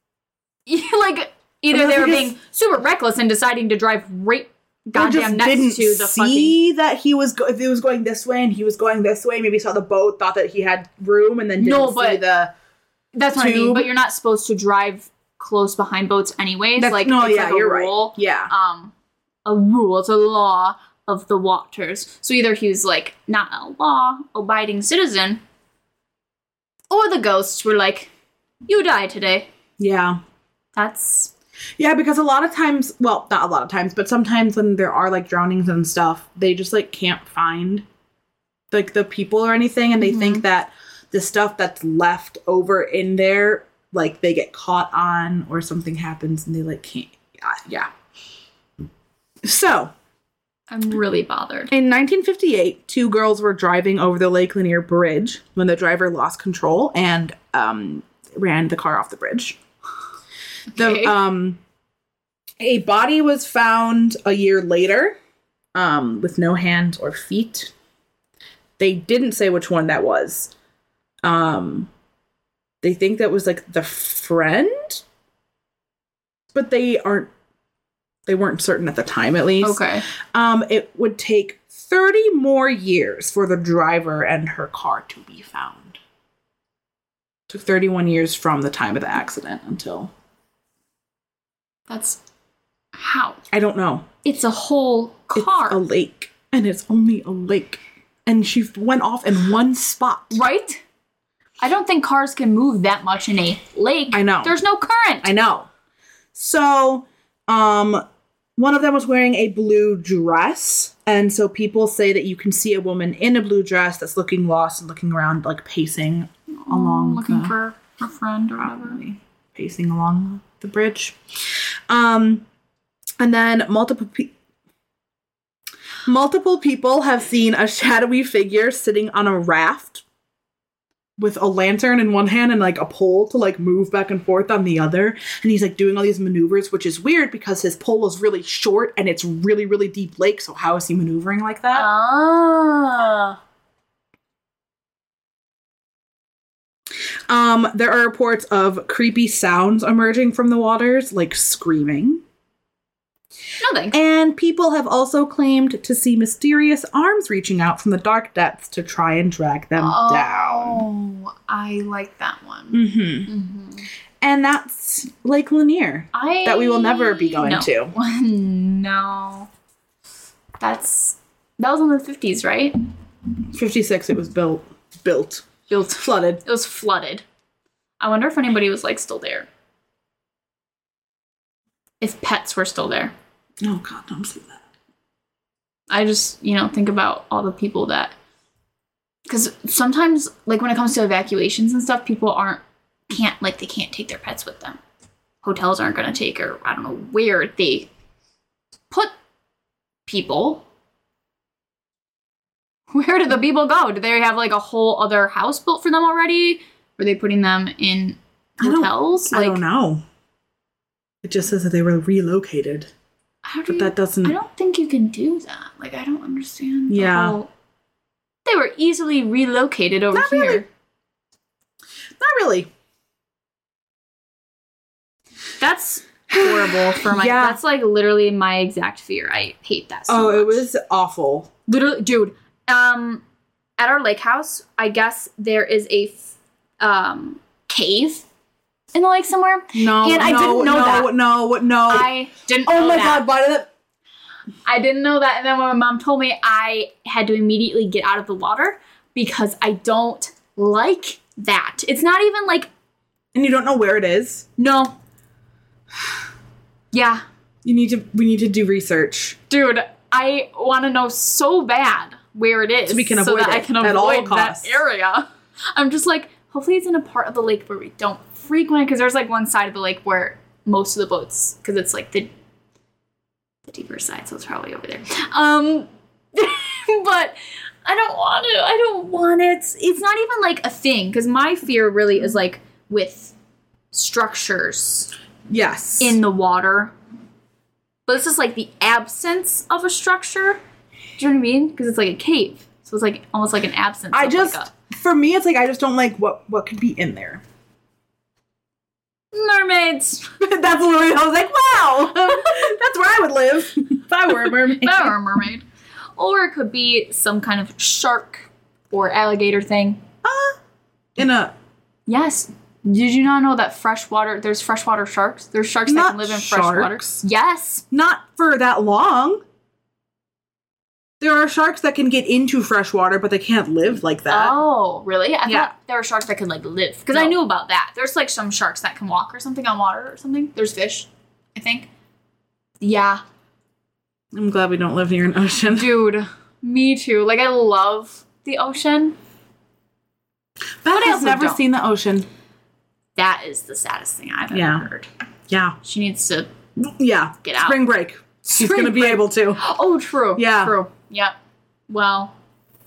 B: like either
A: Unless
B: they were
A: they
B: being super reckless and deciding to drive right
A: Or just
B: goddamn next to the fucking
A: see that he was go- if he was going this way and he was going this way. Maybe saw the boat, thought that he had room, and then didn't
B: No,
A: see
B: but-
A: the.
B: That's what I mean.
A: tube.
B: But you're not supposed to drive close behind boats, anyways.
A: That's-
B: like
A: no,
B: it's
A: yeah,
B: like a
A: you're
B: rule.
A: right. Yeah,
B: um a rule, it's a law of the waters. So either he was like not a law abiding citizen, or the ghosts were like, "You die today."
A: yeah.
B: That's
A: Yeah, because a lot of times, well, not a lot of times, but sometimes when there are like drownings and stuff, they just like can't find like the people or anything, and they think that the stuff that's left over in there, like they get caught on or something happens, and they like can't. Yeah. yeah. So,
B: I'm really bothered.
A: in 1958, two girls were driving over the Lake Lanier Bridge when the driver lost control and um, ran the car off the bridge. The
B: Okay.
A: um, a body was found a year later, um, with no hands or feet. They didn't say which one that was. Um, they think that was like the friend, but they aren't. They weren't certain at the time, at least.
B: Okay.
A: Um, it would take 30 more years for the driver and her car to be found. Took 31 years from the time of the accident until
B: That's how.
A: I don't know.
B: It's a whole car.
A: It's a lake, and it's only a lake, and she went off in one spot.
B: right? I don't think cars can move that much in a lake.
A: I know.
B: There's no current.
A: I know. So, um, one of them was wearing a blue dress, and so people say that you can see a woman in a blue dress that's looking lost and looking around, like pacing Oh, along
B: looking
A: the-
B: for a friend or whatever.
A: probably pacing along the bridge. Um, and then multiple pe- multiple people have seen a shadowy figure sitting on a raft with a lantern in one hand and like a pole to like move back and forth on the other and he's like doing all these maneuvers which is weird because his pole is really short and it's really really deep lake so how is he maneuvering like that
B: Uh. Ah.
A: Um, there are reports of creepy sounds emerging from the waters, like screaming.
B: No thanks.
A: And people have also claimed to see mysterious arms reaching out from the dark depths to try and drag them down.
B: Oh, I like that one.
A: hmm And that's Lake Lanier.
B: I
A: That we will never be going
B: no.
A: to.
B: no, that's that was in the fifties, right?
A: 56, it was built. Built.
B: Built.
A: Flooded.
B: It was flooded. I wonder if anybody was like still there. If pets were still there,
A: Oh, God, don't say that.
B: I just you know think about all the people that because sometimes like when it comes to evacuations and stuff, people aren't can't like they can't take their pets with them. Hotels aren't going to take or I don't know where they put people. Where do the people go? Do they have like a whole other house built for them already? Were they putting them in
A: I don't-
B: hotels?
A: I
B: like
A: don't know. It just says that they were relocated.
B: how
A: But
B: do you,
A: that doesn't.
B: I don't think you can do that. Like I don't understand. the
A: Mm. Yeah.
B: whole- they were easily relocated over
A: Not
B: here.
A: really. Not really.
B: That's horrible for my.
A: Yeah.
B: That's like literally my exact fear. I hate that. So
A: oh, it
B: much.
A: was awful.
B: literally, dude. Um, at our lake house, I guess there is a f- um cave in the lake somewhere.
A: No,
B: And I
A: no,
B: didn't know
A: no,
B: that.
A: No, no,
B: I didn't.
A: oh
B: know
A: my
B: that.
A: god, why did that?
B: I didn't know that. And then when my mom told me, I had to immediately get out of the water because I don't like that. It's not even like,
A: And you don't know where it is.
B: no. Yeah.
A: You need to. We need to do research.
B: Dude, I want to know so bad where it is
A: So we can avoid
B: that I
A: it
B: can
A: at
B: avoid
A: all
B: that
A: costs.
B: area. I'm just like, hopefully it's in a part of the lake where we don't frequent because there's like one side of the lake where most of the boats, because it's like the, the deeper side, so it's probably over there. Um, but I don't want it. I don't want it. It's not even like a thing because my fear really is like with structures
A: Yes.
B: in the water. But it's just like the absence of a structure. Do you know what I mean? Because it's like a cave. So it's like almost like an absence.
A: I
B: of
A: just.
B: Like a,
A: for me, it's like I just don't like what what could be in there.
B: mermaids.
A: That's literally. I was like, wow, that's where I would live if I were a mermaid.
B: There are a mermaid. Or it could be some kind of shark or alligator thing.
A: Uh, in a
B: Yes. Did you not know that freshwater, there's freshwater sharks? There's sharks that
A: Not
B: can live in
A: sharks.
B: freshwater. Yes.
A: not for that long. There are sharks that can get into fresh water, but they can't live like that.
B: Oh, really? I
A: Yeah.
B: thought there were sharks that could like live because I
A: No.
B: knew about that. There's like some sharks that can walk or something on water or something. There's fish, I think. Yeah,
A: I'm glad we don't live near an ocean.
B: Oh. dude, me too. Like I love the ocean.
A: Beth
B: I
A: has
B: also
A: never
B: don't.
A: seen the ocean.
B: That is the saddest thing I've
A: Yeah.
B: ever heard.
A: Yeah.
B: She needs to.
A: Yeah.
B: Get out.
A: Spring break. She's
B: Spring
A: gonna be
B: break.
A: able to.
B: Oh, true.
A: Yeah.
B: true. Yep. Well,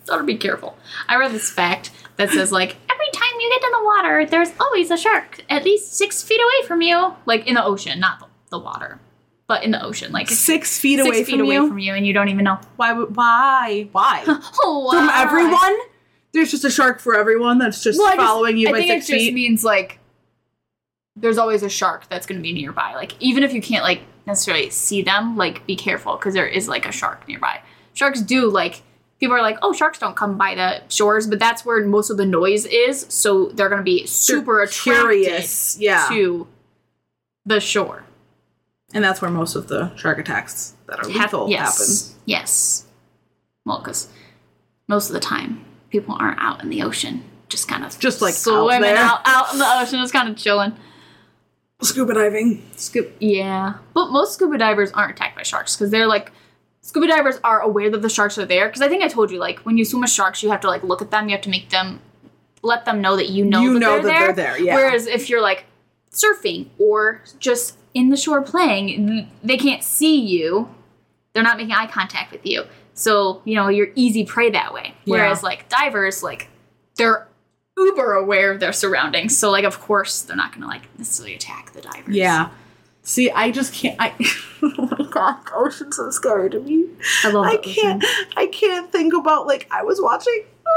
B: gotta be careful. I read this fact that says like every time you get in the water, there's always a shark at least six feet away from you, like in the ocean, not the, the water, but in the ocean, like.
A: Six feet
B: six
A: away
B: feet
A: from
B: away
A: you.
B: from you, and you don't even know.
A: Why? would- Why? Why?
B: Oh,
A: From everyone? There's just a shark for everyone that's just following you
B: I
A: by
B: think
A: six
B: it just
A: feet.
B: means like there's always a shark that's going to be nearby. Like even if you can't like necessarily see them, like be careful because there is like a shark nearby. Sharks do like people are like, oh, sharks don't come by the shores, but that's where most of the noise is, so they're going to be super
A: They're
B: attracted
A: curious, yeah.
B: to the shore.
A: and that's where most of the shark attacks that are
B: Hap-
A: lethal happen.
B: yes. Yes. Well, because most of the time people aren't out in the ocean, just kind of
A: Just, like, out
B: swimming
A: there.
B: out, out in the ocean, just kind of chilling.
A: Scuba diving.
B: Scoop, yeah. But most scuba divers aren't attacked by sharks because they're like scuba divers are aware that the sharks are there. Because I think I told you like when you swim with sharks, you have to like look at them, you have to make them let them know that you know
A: You
B: that
A: know
B: they're
A: that
B: there.
A: they're there, yeah.
B: Whereas if you're like surfing or just in the shore playing, they can't see you. They're not making eye contact with you. So, you know, you're easy prey that way.
A: Yeah.
B: Whereas like divers, like they're uber aware of their surroundings. So like of course they're not gonna like necessarily attack the divers.
A: Yeah. See, I just can't. I, oh my god, ocean's so scary to me.
B: I love
A: I
B: that listening.
A: can't. I can't think about like I was watching. uh,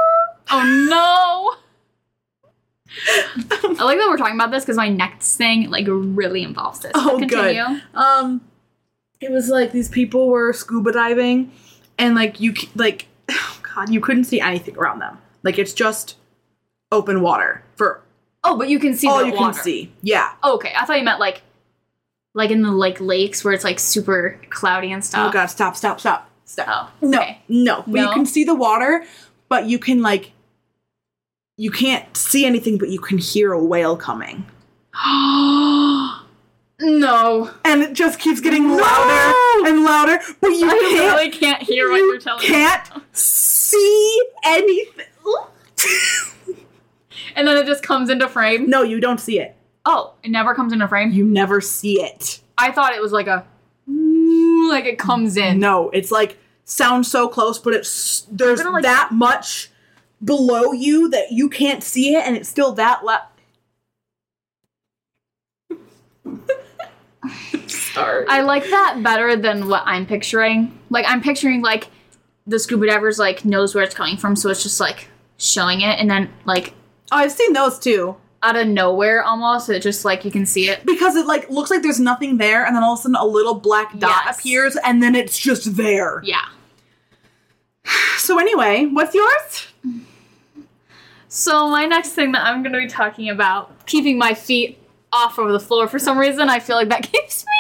B: Oh no. I like that we're talking about this because my next thing like really involves this.
A: Oh, good.
B: Continue.
A: Um, it was like these people were scuba diving, and like you c- like, oh god, you couldn't see anything around them. Like it's just open water for
B: Oh, but you can see
A: all
B: the
A: you
B: water.
A: can see. Yeah.
B: Okay, I thought you meant like, like in the like lakes where it's like super cloudy and
A: Oh
B: stuff.
A: god, stop, stop, stop, stop.
B: Oh,
A: No,
B: Uh, okay.
A: no. But
B: No?
A: you can see the water, but you can like. You can't see anything, but you can hear a whale coming.
B: no,
A: and it just keeps getting
B: No!
A: louder and louder. But you
B: I
A: can't,
B: really can't hear what
A: you
B: you're telling me.
A: can't see anything.
B: And then it just comes into frame.
A: no, you don't see it.
B: Oh, it never comes into frame.
A: You never see it.
B: I thought it was like a, like it comes in.
A: No, it's like sounds so close, but it's there's
B: Kinda like-
A: that much below you that you can't see it, and it's still that loud. Sorry.
B: I like that better than what I'm picturing. Like I'm picturing like the scuba divers like knows where it's coming from, so it's just like showing it, and then like
A: oh, I've seen those too.
B: out of nowhere almost. It just like you can see it.
A: because it like looks like there's nothing there and then all of a sudden a little black dot
B: Yes.
A: appears and then it's just there
B: Yeah.
A: so anyway what's yours
B: So my next thing that I'm gonna be talking about, keeping my feet off of the floor for some reason, I feel like that keeps me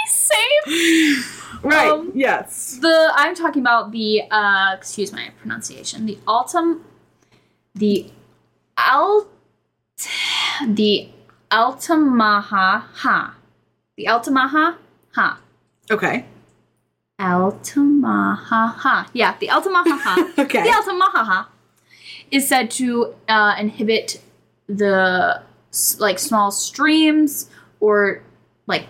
B: safe.
A: right
B: Um,
A: yes
B: The I'm talking about the uh excuse my pronunciation, the autumn the alt the Altamaha ha. The Altamaha ha.
A: okay
B: Altamaha ha. Yeah, the Altamaha ha.
A: okay
B: The Altamaha is said to uh, inhibit the s- like small streams or like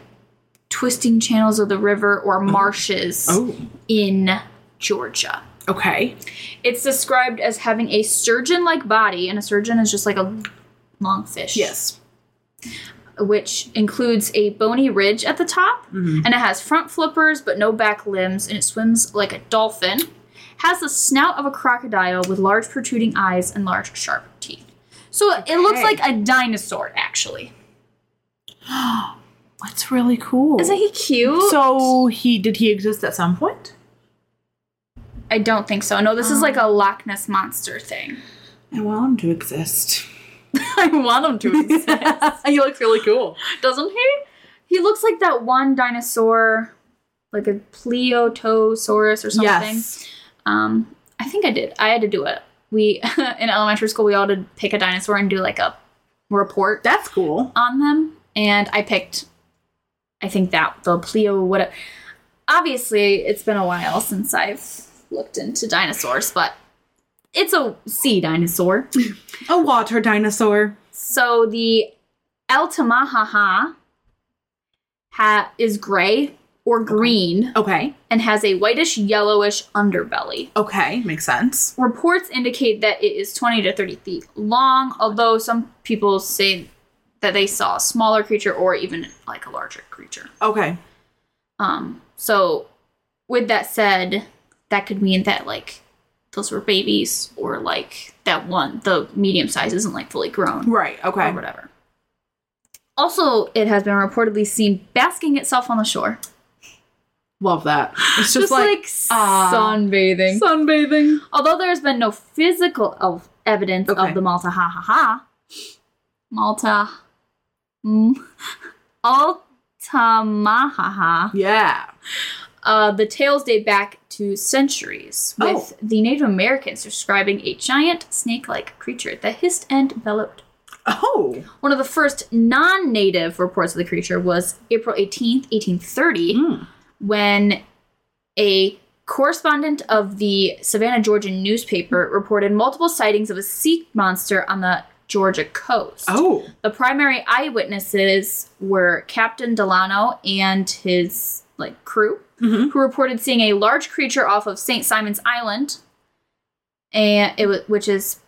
B: twisting channels of the river or marshes
A: oh
B: in Georgia.
A: okay
B: It's described as having a surgeon-like body, and a surgeon is just like a long fish.
A: yes
B: Which includes a bony ridge at the top, and it has front flippers but no back limbs, and it swims like a dolphin. Has the snout of a crocodile with large protruding eyes and large sharp teeth. So it looks
A: Okay.
B: like a dinosaur, actually.
A: that's really cool
B: Isn't he cute?
A: so he did he exist at some point
B: I don't think so. No, this is like a Loch Ness monster thing.
A: i want him to exist
B: I want him to exist.
A: he looks really cool
B: Doesn't he? He looks like that one dinosaur, like a Pleotosaurus or something.
A: yes
B: Um, I think I did. I had to do it. We in elementary school we all did pick a dinosaur and do like a report
A: that's cool
B: on them, and I picked. I think that the Pleo whatever. Obviously, it's been a while since I've looked into dinosaurs, but it's a sea dinosaur.
A: a water dinosaur
B: So the Altamahaha ha is gray or green
A: okay
B: and has a whitish yellowish underbelly.
A: okay makes sense
B: Reports indicate that it is 20 to 30 feet long, although some people say that they saw a smaller creature or even like a larger creature.
A: okay
B: Um, so with that said, that could mean that like those were babies or like that one, the medium size isn't like fully grown
A: right okay
B: or whatever. Also, it has been reportedly seen basking itself on the shore,
A: love that it's
B: just,
A: just,
B: like,
A: ah.
B: sunbathing.
A: sunbathing
B: Although there has been no physical of evidence
A: Okay.
B: of the Malta ha ha ha, Malta, mm, Altamahaha.
A: yeah
B: Uh, the tales date back to centuries, with the Native Americans describing a giant snake-like creature that hissed and bellowed.
A: oh
B: One of the first non native reports of the creature was April 18th, 1830,
A: Mm.
B: when a correspondent of the Savannah, Georgian newspaper reported multiple sightings of a sea monster on the Georgia coast.
A: Oh,
B: The primary eyewitnesses were Captain Delano and his like crew,
A: Mhm.
B: who reported seeing a large creature off of St. Simon's Island, and it wa- which is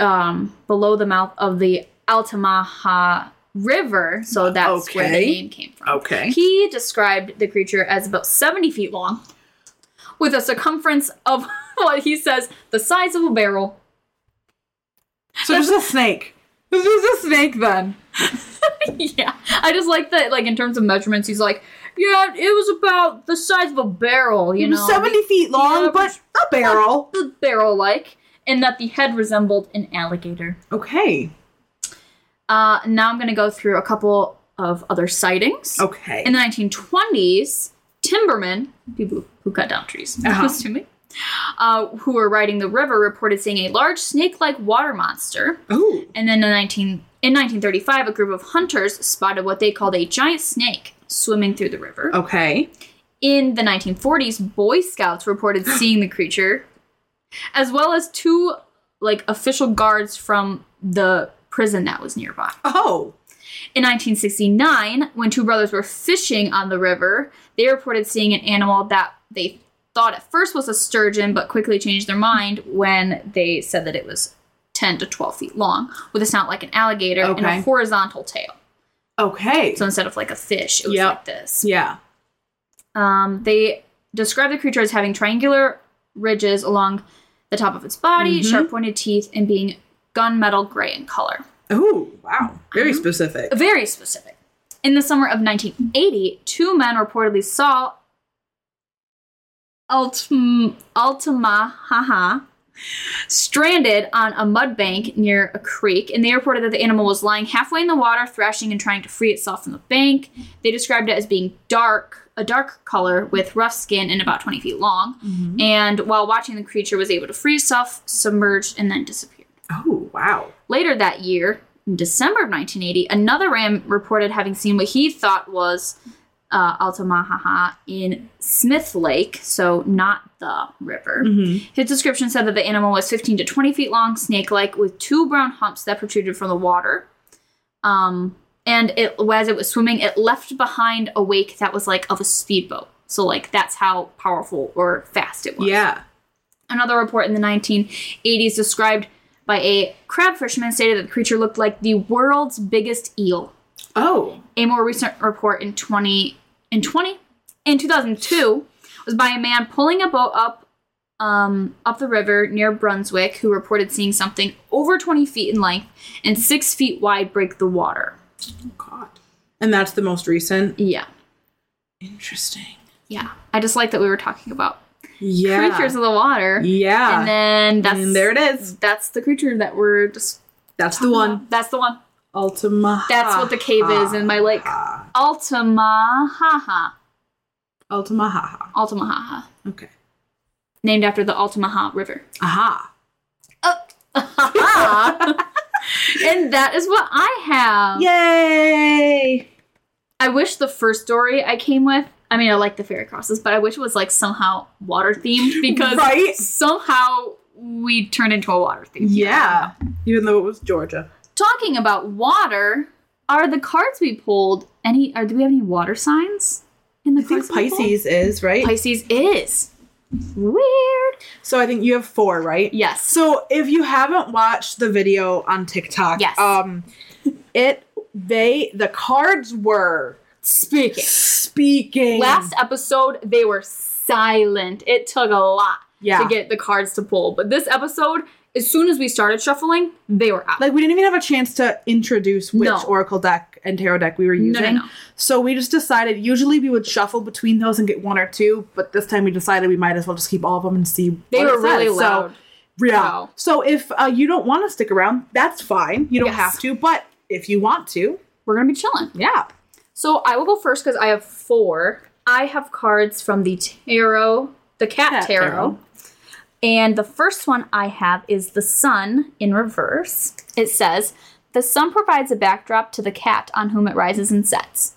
B: um, below the mouth of the Altamaha River. So that's where the
A: Uh, Okay.
B: name came from.
A: okay.
B: He described the creature as about 70 feet long, with a circumference of what he says the size of a barrel.
A: So there's a snake. This is a snake then.
B: yeah i just like that like in terms of measurements he's like yeah it was about the size of a barrel you know
A: 70 feet long,
B: Yeah,
A: but a barrel.
B: barrel like and that the head resembled an alligator
A: Okay.
B: uh now i'm gonna go through a couple of other sightings
A: Okay.
B: in the 1920s timbermen people who cut down trees
A: Uh-huh.
B: excuse me uh, who were riding the river reported seeing a large snake-like water monster
A: oh,
B: And then in 19, in 1935, a group of hunters spotted what they called a giant snake swimming through the river.
A: okay.
B: In the 1940s, Boy Scouts reported seeing the creature, as well as two like official guards from the prison that was nearby.
A: Oh,
B: In 1969, when two brothers were fishing on the river, they reported seeing an animal that they thought at first was a sturgeon, but quickly changed their mind when they said that it was 10 to 12 feet long, with a snout like an alligator and
A: Okay.
B: a horizontal tail.
A: okay.
B: So instead of like a fish, it was
A: Yep.
B: like this.
A: yeah.
B: Um, they describe the creature as having triangular ridges along the top of its body,
A: Mhm.
B: sharp pointed teeth, and being gunmetal gray in color.
A: Oh, wow. Very specific.
B: Very specific. In the summer of 1980, two men reportedly saw Altum, Altamahaha stranded on a mud bank near a creek, and they reported that the animal was lying halfway in the water, thrashing and trying to free itself from the bank. They described it as being dark, a dark color with rough skin and about 20 feet long. And while watching, the creature was able to free itself, submerged, and then disappeared.
A: Oh, wow.
B: Later that year, in December of 1980, another ram reported having seen what he thought was uh, Altamahaha in Smith Lake, so not the river. His description said that the animal was 15 to 20 feet long, snake like, with two brown humps that protruded from the water. Um, and it, as it was swimming, it left behind a wake that was like of a speedboat. So, like, that's how powerful or fast it was.
A: Yeah.
B: Another report in the 1980s described by a crab fisherman stated that the creature looked like the world's biggest eel.
A: Oh.
B: A more recent report in 20 in 20 in 2002 was by a man pulling a boat up um, up the river near Brunswick who reported seeing something over 20 feet in length and 6 feet wide break the water.
A: God. And that's the most recent.
B: Yeah.
A: Interesting.
B: Yeah. I just like that we were talking about
A: Yeah.
B: creatures of the water.
A: Yeah.
B: And then that's
A: And there it is.
B: that's the creature that we're just
A: That's the one.
B: That's the one.
A: Ultima.
B: That's what the cave is in my lake. Altamahaha.
A: Ultima. Haha.
B: Altamahaha.
A: Okay.
B: Named after the Altamaha River.
A: Aha. Oh.
B: and that is what I have.
A: Yay.
B: I wish the first story I came with, I mean, I like the fairy crosses, but I wish it was like somehow water themed because
A: Right?
B: somehow we turned into a water theme.
A: Yeah. Even though it was Georgia.
B: Talking about water, are the cards we pulled any, are, do we have any water signs in the
A: I think
B: cards? we pulled?
A: Pisces is, right?
B: Pisces is. Weird.
A: So I think you have four, right?
B: Yes.
A: So if you haven't watched the video on TikTok,
B: Yes.
A: um it they the cards were
B: Speaking.
A: speaking
B: Last episode, they were silent. It took a lot
A: yeah.
B: to get the cards to pull. But this episode, as soon as we started shuffling, they were out.
A: like we didn't even have a chance to introduce which
B: No.
A: oracle deck and tarot deck we were
B: No,
A: using.
B: no, no.
A: So we just decided usually we would shuffle between those and get one or two, but this time we decided we might as well just keep all of them and see.
B: They
A: what it
B: were really
A: says.
B: loud.
A: So, yeah.
B: Wow.
A: So if uh, you don't want to stick around, that's fine. You don't
B: Yes.
A: have to, but if you want to,
B: we're gonna be chilling.
A: yeah.
B: So I will go first because I have four. I have cards from the tarot, the cat,
A: Cat
B: tarot.
A: tarot.
B: And the first one I have is the sun in reverse. It says, The sun provides a backdrop to the cat on whom it rises and sets.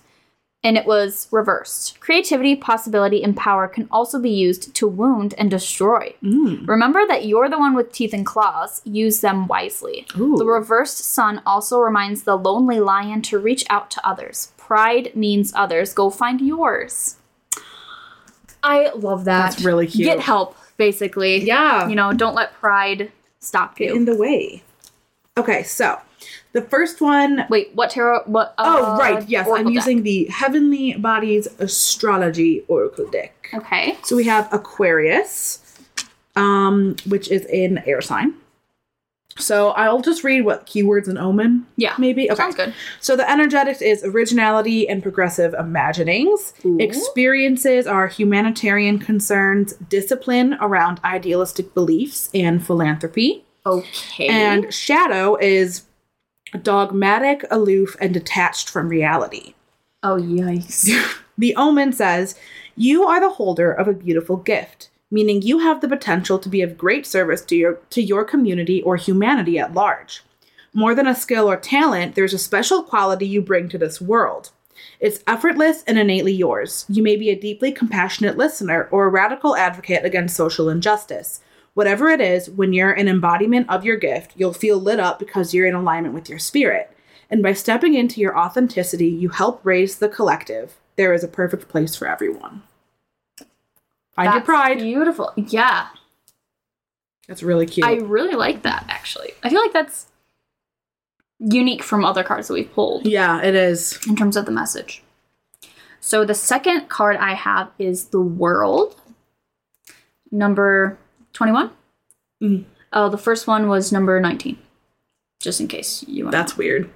B: And it was reversed. Creativity, possibility, and power can also be used to wound and destroy.
A: Mm.
B: Remember that you're the one with teeth and claws. Use them wisely.
A: Ooh.
B: The reversed sun also reminds the lonely lion to reach out to others. Pride means others. Go find yours. I love that.
A: That's really cute.
B: Get help, basically.
A: Yeah.
B: You know, don't let pride stop you.
A: In the way. Okay, so the first one
B: Wait, what tarot? What?
A: Oh
B: uh,
A: right, yes, I'm
B: oracle deck?
A: using the Heavenly Bodies Astrology Oracle deck.
B: Okay.
A: So we have Aquarius, um, which is in air sign. So I'll just read what keywords and omen.
B: Yeah.
A: Maybe okay.
B: Sounds good.
A: So the energetics is originality and progressive imaginings.
B: Ooh.
A: Experiences are humanitarian concerns, discipline around idealistic beliefs, and philanthropy.
B: Okay.
A: And shadow is dogmatic, aloof, and detached from reality.
B: oh yikes.
A: The omen says, You are the holder of a beautiful gift, meaning you have the potential to be of great service to your, to your community or humanity at large. More than a skill or talent, there's a special quality you bring to this world. It's effortless and innately yours. You may be a deeply compassionate listener or a radical advocate against social injustice. Whatever it is, when you're an embodiment of your gift, you'll feel lit up because you're in alignment with your spirit. And by stepping into your authenticity, you help raise the collective. There is a perfect place for everyone. Find your
B: That's
A: pride.
B: Beautiful. Yeah.
A: That's really cute.
B: I really like that actually. I feel like that's unique from other cards that we've pulled
A: yeah, it is.
B: in terms of the message. So the second card I have is the world, number 21.
A: Mhm. Mm-hmm.
B: Oh, the first one was number 19. just in case you want.
A: That's weird.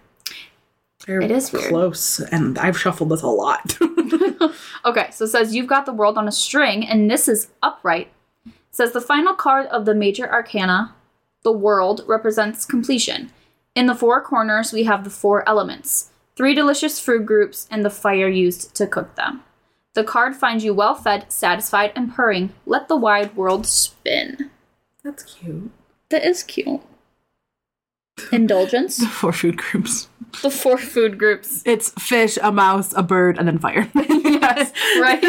A: They're
B: It is weird.
A: close, and I've shuffled this a lot.
B: Okay, so it says you've got the world on a string, and this is upright. It says the final card of the major arcana, the world, represents completion. In the four corners, we have the four elements, three delicious food groups, and the fire used to cook them. The card finds you well fed, satisfied, and purring. Let the wide world spin.
A: That's cute.
B: That is cute. Indulgence.
A: The four food groups.
B: the four food groups.
A: It's fish, a mouse, a bird, and then fire. yes.
B: Right?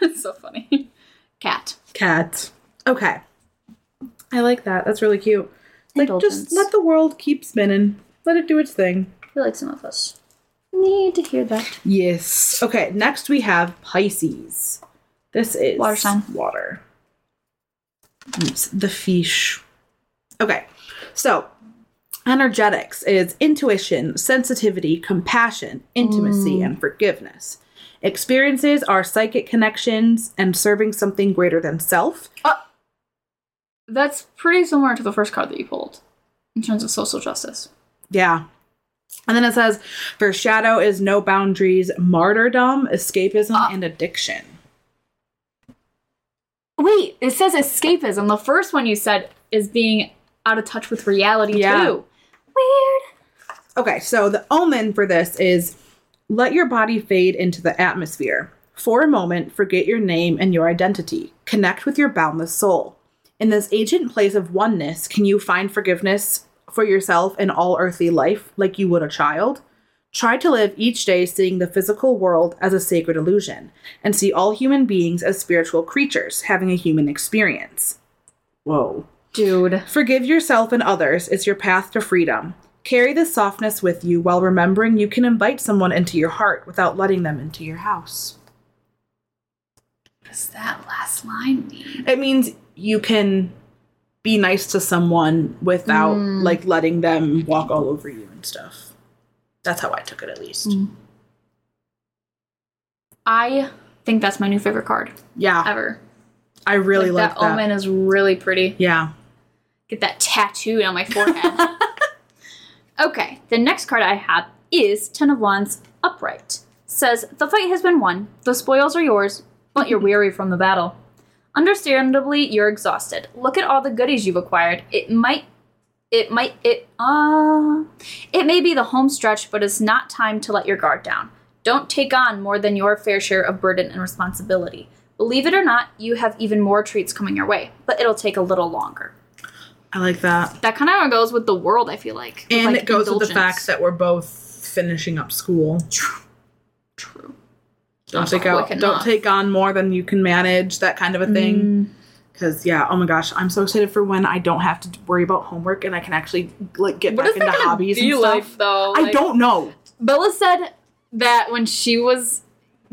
B: That's so funny. Cat.
A: Cat. Okay. I like that. That's really cute. Like
B: Indulgence.
A: just let the world keep spinning. Let it do its thing.
B: I feel like some of us need to hear that.
A: Yes. Okay, next we have Pisces. This is
B: Water sign.
A: Water. Oops, the fish. Okay. So, energetics is intuition, sensitivity, compassion, intimacy,
B: Mm.
A: and forgiveness. Experiences are psychic connections and serving something greater than self.
B: That's pretty similar to the first card that you pulled in terms of social justice.
A: Yeah. And then it says, for shadow is no boundaries, martyrdom, escapism,
B: Uh.
A: and addiction.
B: Wait, it says escapism. The first one you said is being out of touch with reality
A: Yeah.
B: too. Weird.
A: Okay, so the omen for this is let your body fade into the atmosphere. For a moment, forget your name and your identity. Connect with your boundless soul. In this ancient place of oneness, can you find forgiveness for yourself and all earthly life like you would a child? Try to live each day seeing the physical world as a sacred illusion and see all human beings as spiritual creatures having a human experience. Whoa.
B: Dude.
A: Forgive yourself and others is your path to freedom. Carry this softness with you while remembering you can invite someone into your heart without letting them into your house.
B: What does that last line mean?
A: It means you can be nice to someone without
B: Mm.
A: like letting them walk all over you and stuff. That's how I took it at least.
B: Mm. I think that's my new favorite card
A: Yeah,
B: ever.
A: I really like, that.
B: omen is really pretty.
A: Yeah.
B: Get that tattooed on my forehead. okay, the next card I have is Ten of Wands Upright. Says, The fight has been won. The spoils are yours, but you're weary from the battle. Understandably, you're exhausted. Look at all the goodies you've acquired. It might it might it uh it may be the home stretch, but it's not time to let your guard down. Don't take on more than your fair share of burden and responsibility. Believe it or not, you have even more treats coming your way, but it'll take a little longer
A: I like that.
B: that kind of goes with the world. I feel like, With,
A: And
B: like,
A: it goes with the
B: indulgence.
A: fact that we're both finishing up school.
B: true.
A: Don't
B: Not
A: take out,
B: quick
A: don't
B: enough. Mm.
A: take on more than you can manage. That kind of a thing. Cause yeah, oh my gosh, I'm so excited for when I don't have to worry about homework and I can actually like get
B: What
A: back
B: is that
A: into
B: gonna
A: hobbies
B: be
A: and
B: like,
A: stuff.
B: though?
A: I
B: Like,
A: don't know.
B: Bella said that when she was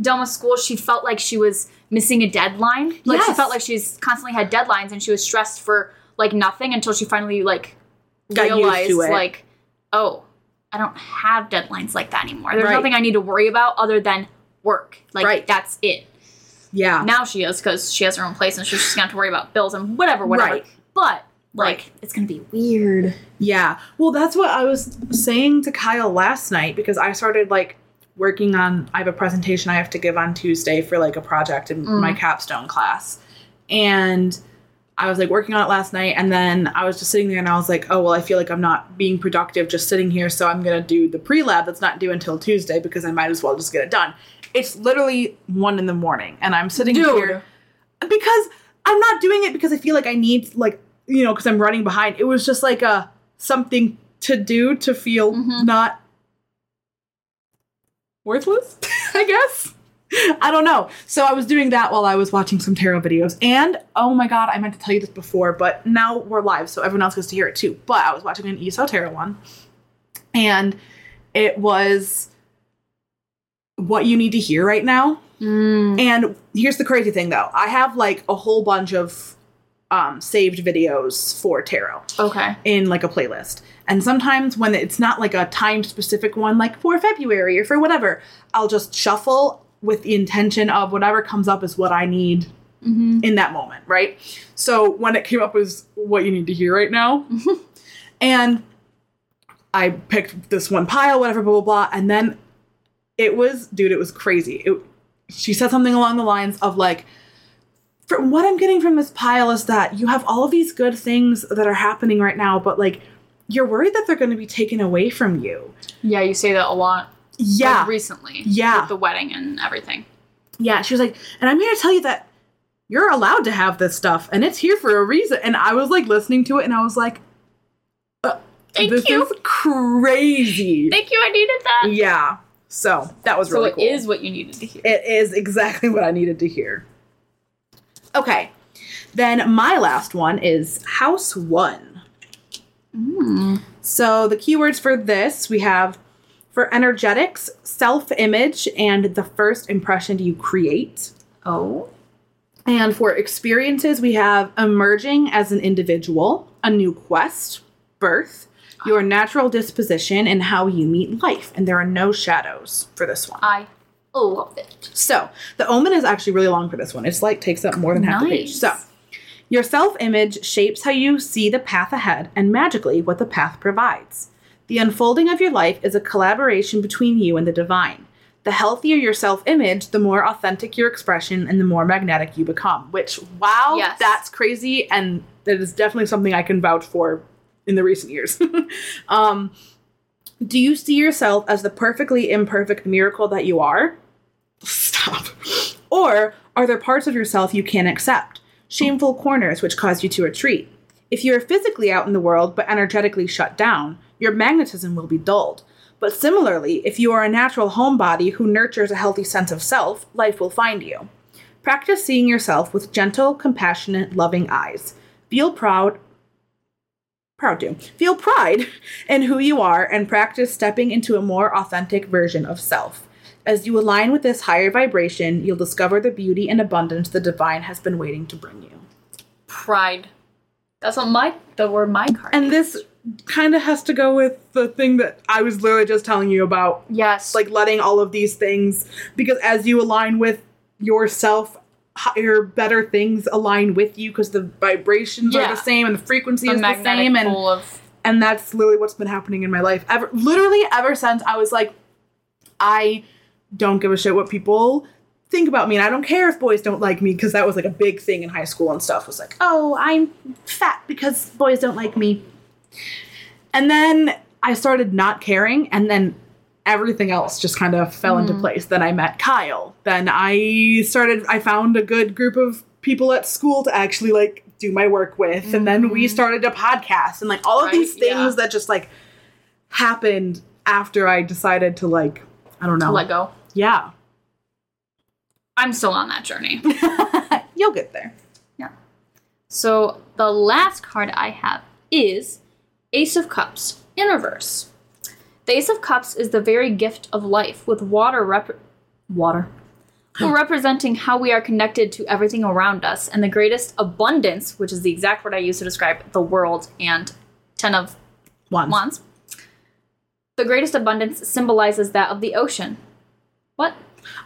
B: done with school, she felt like she was missing a deadline. Like she
A: Yes.
B: felt like she's constantly had deadlines, and she was stressed for like nothing until she finally like
A: Got used to
B: realized
A: it.
B: like, oh, I don't have deadlines like that anymore. There's
A: Right.
B: nothing I need to worry about other than work. Like
A: Right.
B: that's it.
A: Yeah,
B: Now she is because she has her own place and she's just gonna have to worry about bills and whatever, whatever.
A: Right.
B: But like,
A: Right.
B: it's gonna be weird.
A: yeah. Well, that's what I was saying to Kyle last night because I started like working on. I have a presentation I have to give on Tuesday for like a project in
B: Mm.
A: my capstone class, and I was like working on it last night, and then I was just sitting there and I was like, oh well, I feel like I'm not being productive just sitting here, so I'm gonna do the pre lab that's not due until Tuesday because I might as well just get it done. It's literally one in the morning, and I'm sitting here because I'm not doing it because I feel like I need like you know because I'm running behind. It was just like a something to do to feel
B: Mhm.
A: not worthless, I guess. I don't know. So I was doing that while I was watching some tarot videos. And oh my god, I meant to tell you this before, but now we're live, so everyone else gets to hear it too. But I was watching an ESO tarot one, and it was what you need to hear right now. And here's the crazy thing though. I have like a whole bunch of um saved videos for tarot
B: okay.
A: in like a playlist. And sometimes when it's not like a time specific one like for February or for whatever, I'll just shuffle with the intention of whatever comes up is what I need
B: Mm-hmm.
A: in that moment, right? So when it came up was what you need to hear right now. and I picked this one pile, whatever, blah, blah, blah. And then it was, dude, it was crazy. It, she said something along the lines of like, from what I'm getting from this pile is that you have all of these good things that are happening right now, but like, you're worried that they're going to be taken away from you.
B: Yeah, you say that a lot.
A: Yeah.
B: Like recently.
A: Yeah.
B: With the wedding and everything.
A: yeah. She was like, and I'm here to tell you that you're allowed to have this stuff and it's here for a reason. And I was like listening to it and I was like, "Uh,
B: Thank
A: this
B: you.
A: is crazy.
B: Thank you. I needed that.
A: yeah. So that was
B: so
A: really
B: it
A: cool.
B: is what you needed to hear.
A: It is exactly what I needed to hear. Okay. Then my last one is house one.
B: Mm.
A: So the keywords for this we have for energetics, self image, and the first impression you create.
B: Oh.
A: And for experiences, we have emerging as an individual, a new quest, birth, your natural disposition, and how you meet life. And there are no shadows for this one.
B: I love it.
A: So the omen is actually really long for this one. It's like takes up more than half the page.
B: Nice.
A: So your self image shapes how you see the path ahead and magically what the path provides. The unfolding of your life is a collaboration between you and the divine. The healthier your self image, the more authentic your expression and the more magnetic you become. Which, wow,
B: Yes.
A: that's crazy. And that is definitely something I can vouch for in the recent years. um, do you see yourself as the perfectly imperfect miracle that you are? Stop. Or are there parts of yourself you can't accept? Shameful corners which cause you to retreat? If you are physically out in the world but energetically shut down, your magnetism will be dulled. But similarly, if you are a natural homebody who nurtures a healthy sense of self, life will find you. Practice seeing yourself with gentle, compassionate, loving eyes. Feel proud. Proud to. Feel pride in who you are and practice stepping into a more authentic version of self. As you align with this higher vibration, you'll discover the beauty and abundance the divine has been waiting to bring you.
B: Pride. That's what my the word my card.
A: And this kind of has to go with the thing that I was literally just telling you about
B: yes.
A: like letting all of these things because as you align with yourself higher better things align with you because the vibrations
B: Yeah.
A: are the same and the frequency
B: the
A: is the
B: magnetic
A: same and
B: pull of
A: and that's literally what's been happening in my life ever literally ever since i was like i don't give a shit what people think about me and i don't care if boys don't like me because that was like a big thing in high school and stuff was like oh i'm fat because boys don't like me and then i started not caring and then everything else just kind of fell
B: Mm.
A: into place then i met kyle then i started i found a good group of people at school to actually like do my work with and then we started a podcast and like all of
B: Mm. Right,
A: these things
B: yeah.
A: that just like happened after i decided to like i don't know
B: let go.
A: yeah
B: I'm still on that journey.
A: you'll get there
B: So the last card I have is Ace of Cups, Interverse. The Ace of Cups is the very gift of life, with water rep- water well, representing how we are connected to everything around us and the greatest abundance, which is the exact word I use to describe the world and ten of
A: once
B: wands. The greatest abundance symbolizes that of the ocean. What?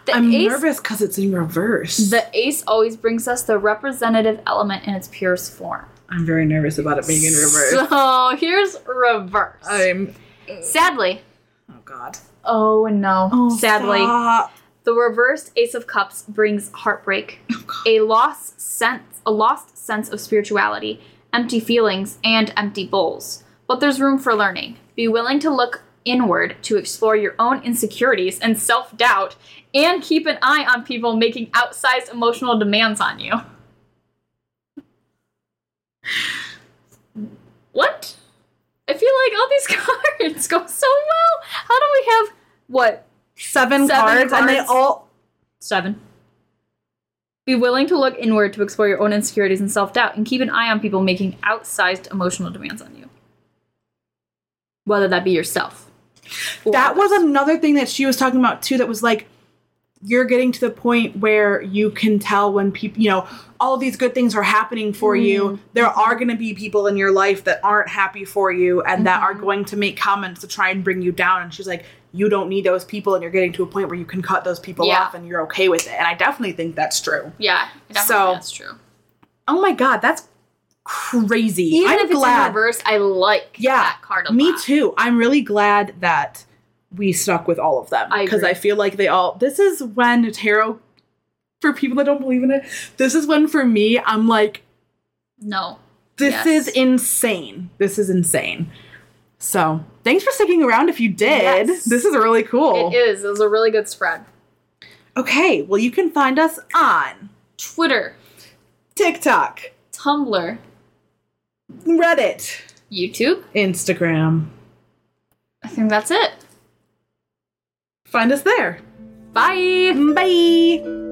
B: The
A: i'm
B: Ace
A: nervous because it's in reverse
B: the ace always brings us the representative element in its purest form.
A: i'm very nervous about it being in reverse Oh,
B: So here's reverse.
A: i'm
B: Sadly,
A: oh god
B: oh no. Sadly,
A: stop.
B: the reversed ace of cups brings heartbreak, a lost sense, a lost sense of spirituality, empty feelings, and empty bowls. But there's room for learning. Be willing to look inward to explore your own insecurities and self-doubt and keep an eye on people making outsized emotional demands on you. What? I feel like all these cards go so well. How do we have what
A: seven,
B: Seven
A: cards and they
B: cards.
A: all
B: Seven. Be willing to look inward to explore your own insecurities and self doubt, and keep an eye on people making outsized emotional demands on you. Whether that be yourself. or
A: that was
B: others.
A: another thing that she was talking about too that was like you're getting to the point where you can tell when people you know all these good things are happening for you there are going to be people in your life that aren't happy for you and that are going to make comments to try and bring you down and she's like you don't need those people and you're getting to a point where you can cut those people
B: Yeah.
A: off and you're okay with it and i definitely think that's true
B: Yeah, I definitely
A: So-
B: think that's true.
A: oh my god that's crazy.
B: Even
A: I'm
B: if it's
A: glad.
B: in reverse, I like
A: Yeah,
B: that card a
A: Me
B: lot.
A: too. I'm really glad that we stuck with all of them
B: I
A: because I,
B: agree.
A: feel like they all. This is when tarot, for people that don't believe in it, this is when for me I'm like,
B: No.
A: this
B: Yes.
A: is insane. This is insane. So thanks for sticking around. If you did,
B: Yes.
A: this is really cool.
B: It is. It was a really good spread.
A: Okay, well you can find us on
B: Twitter,
A: TikTok,
B: Tumblr,
A: Reddit,
B: YouTube.
A: Instagram.
B: I think that's it.
A: Find us there.
B: Bye.
A: Bye.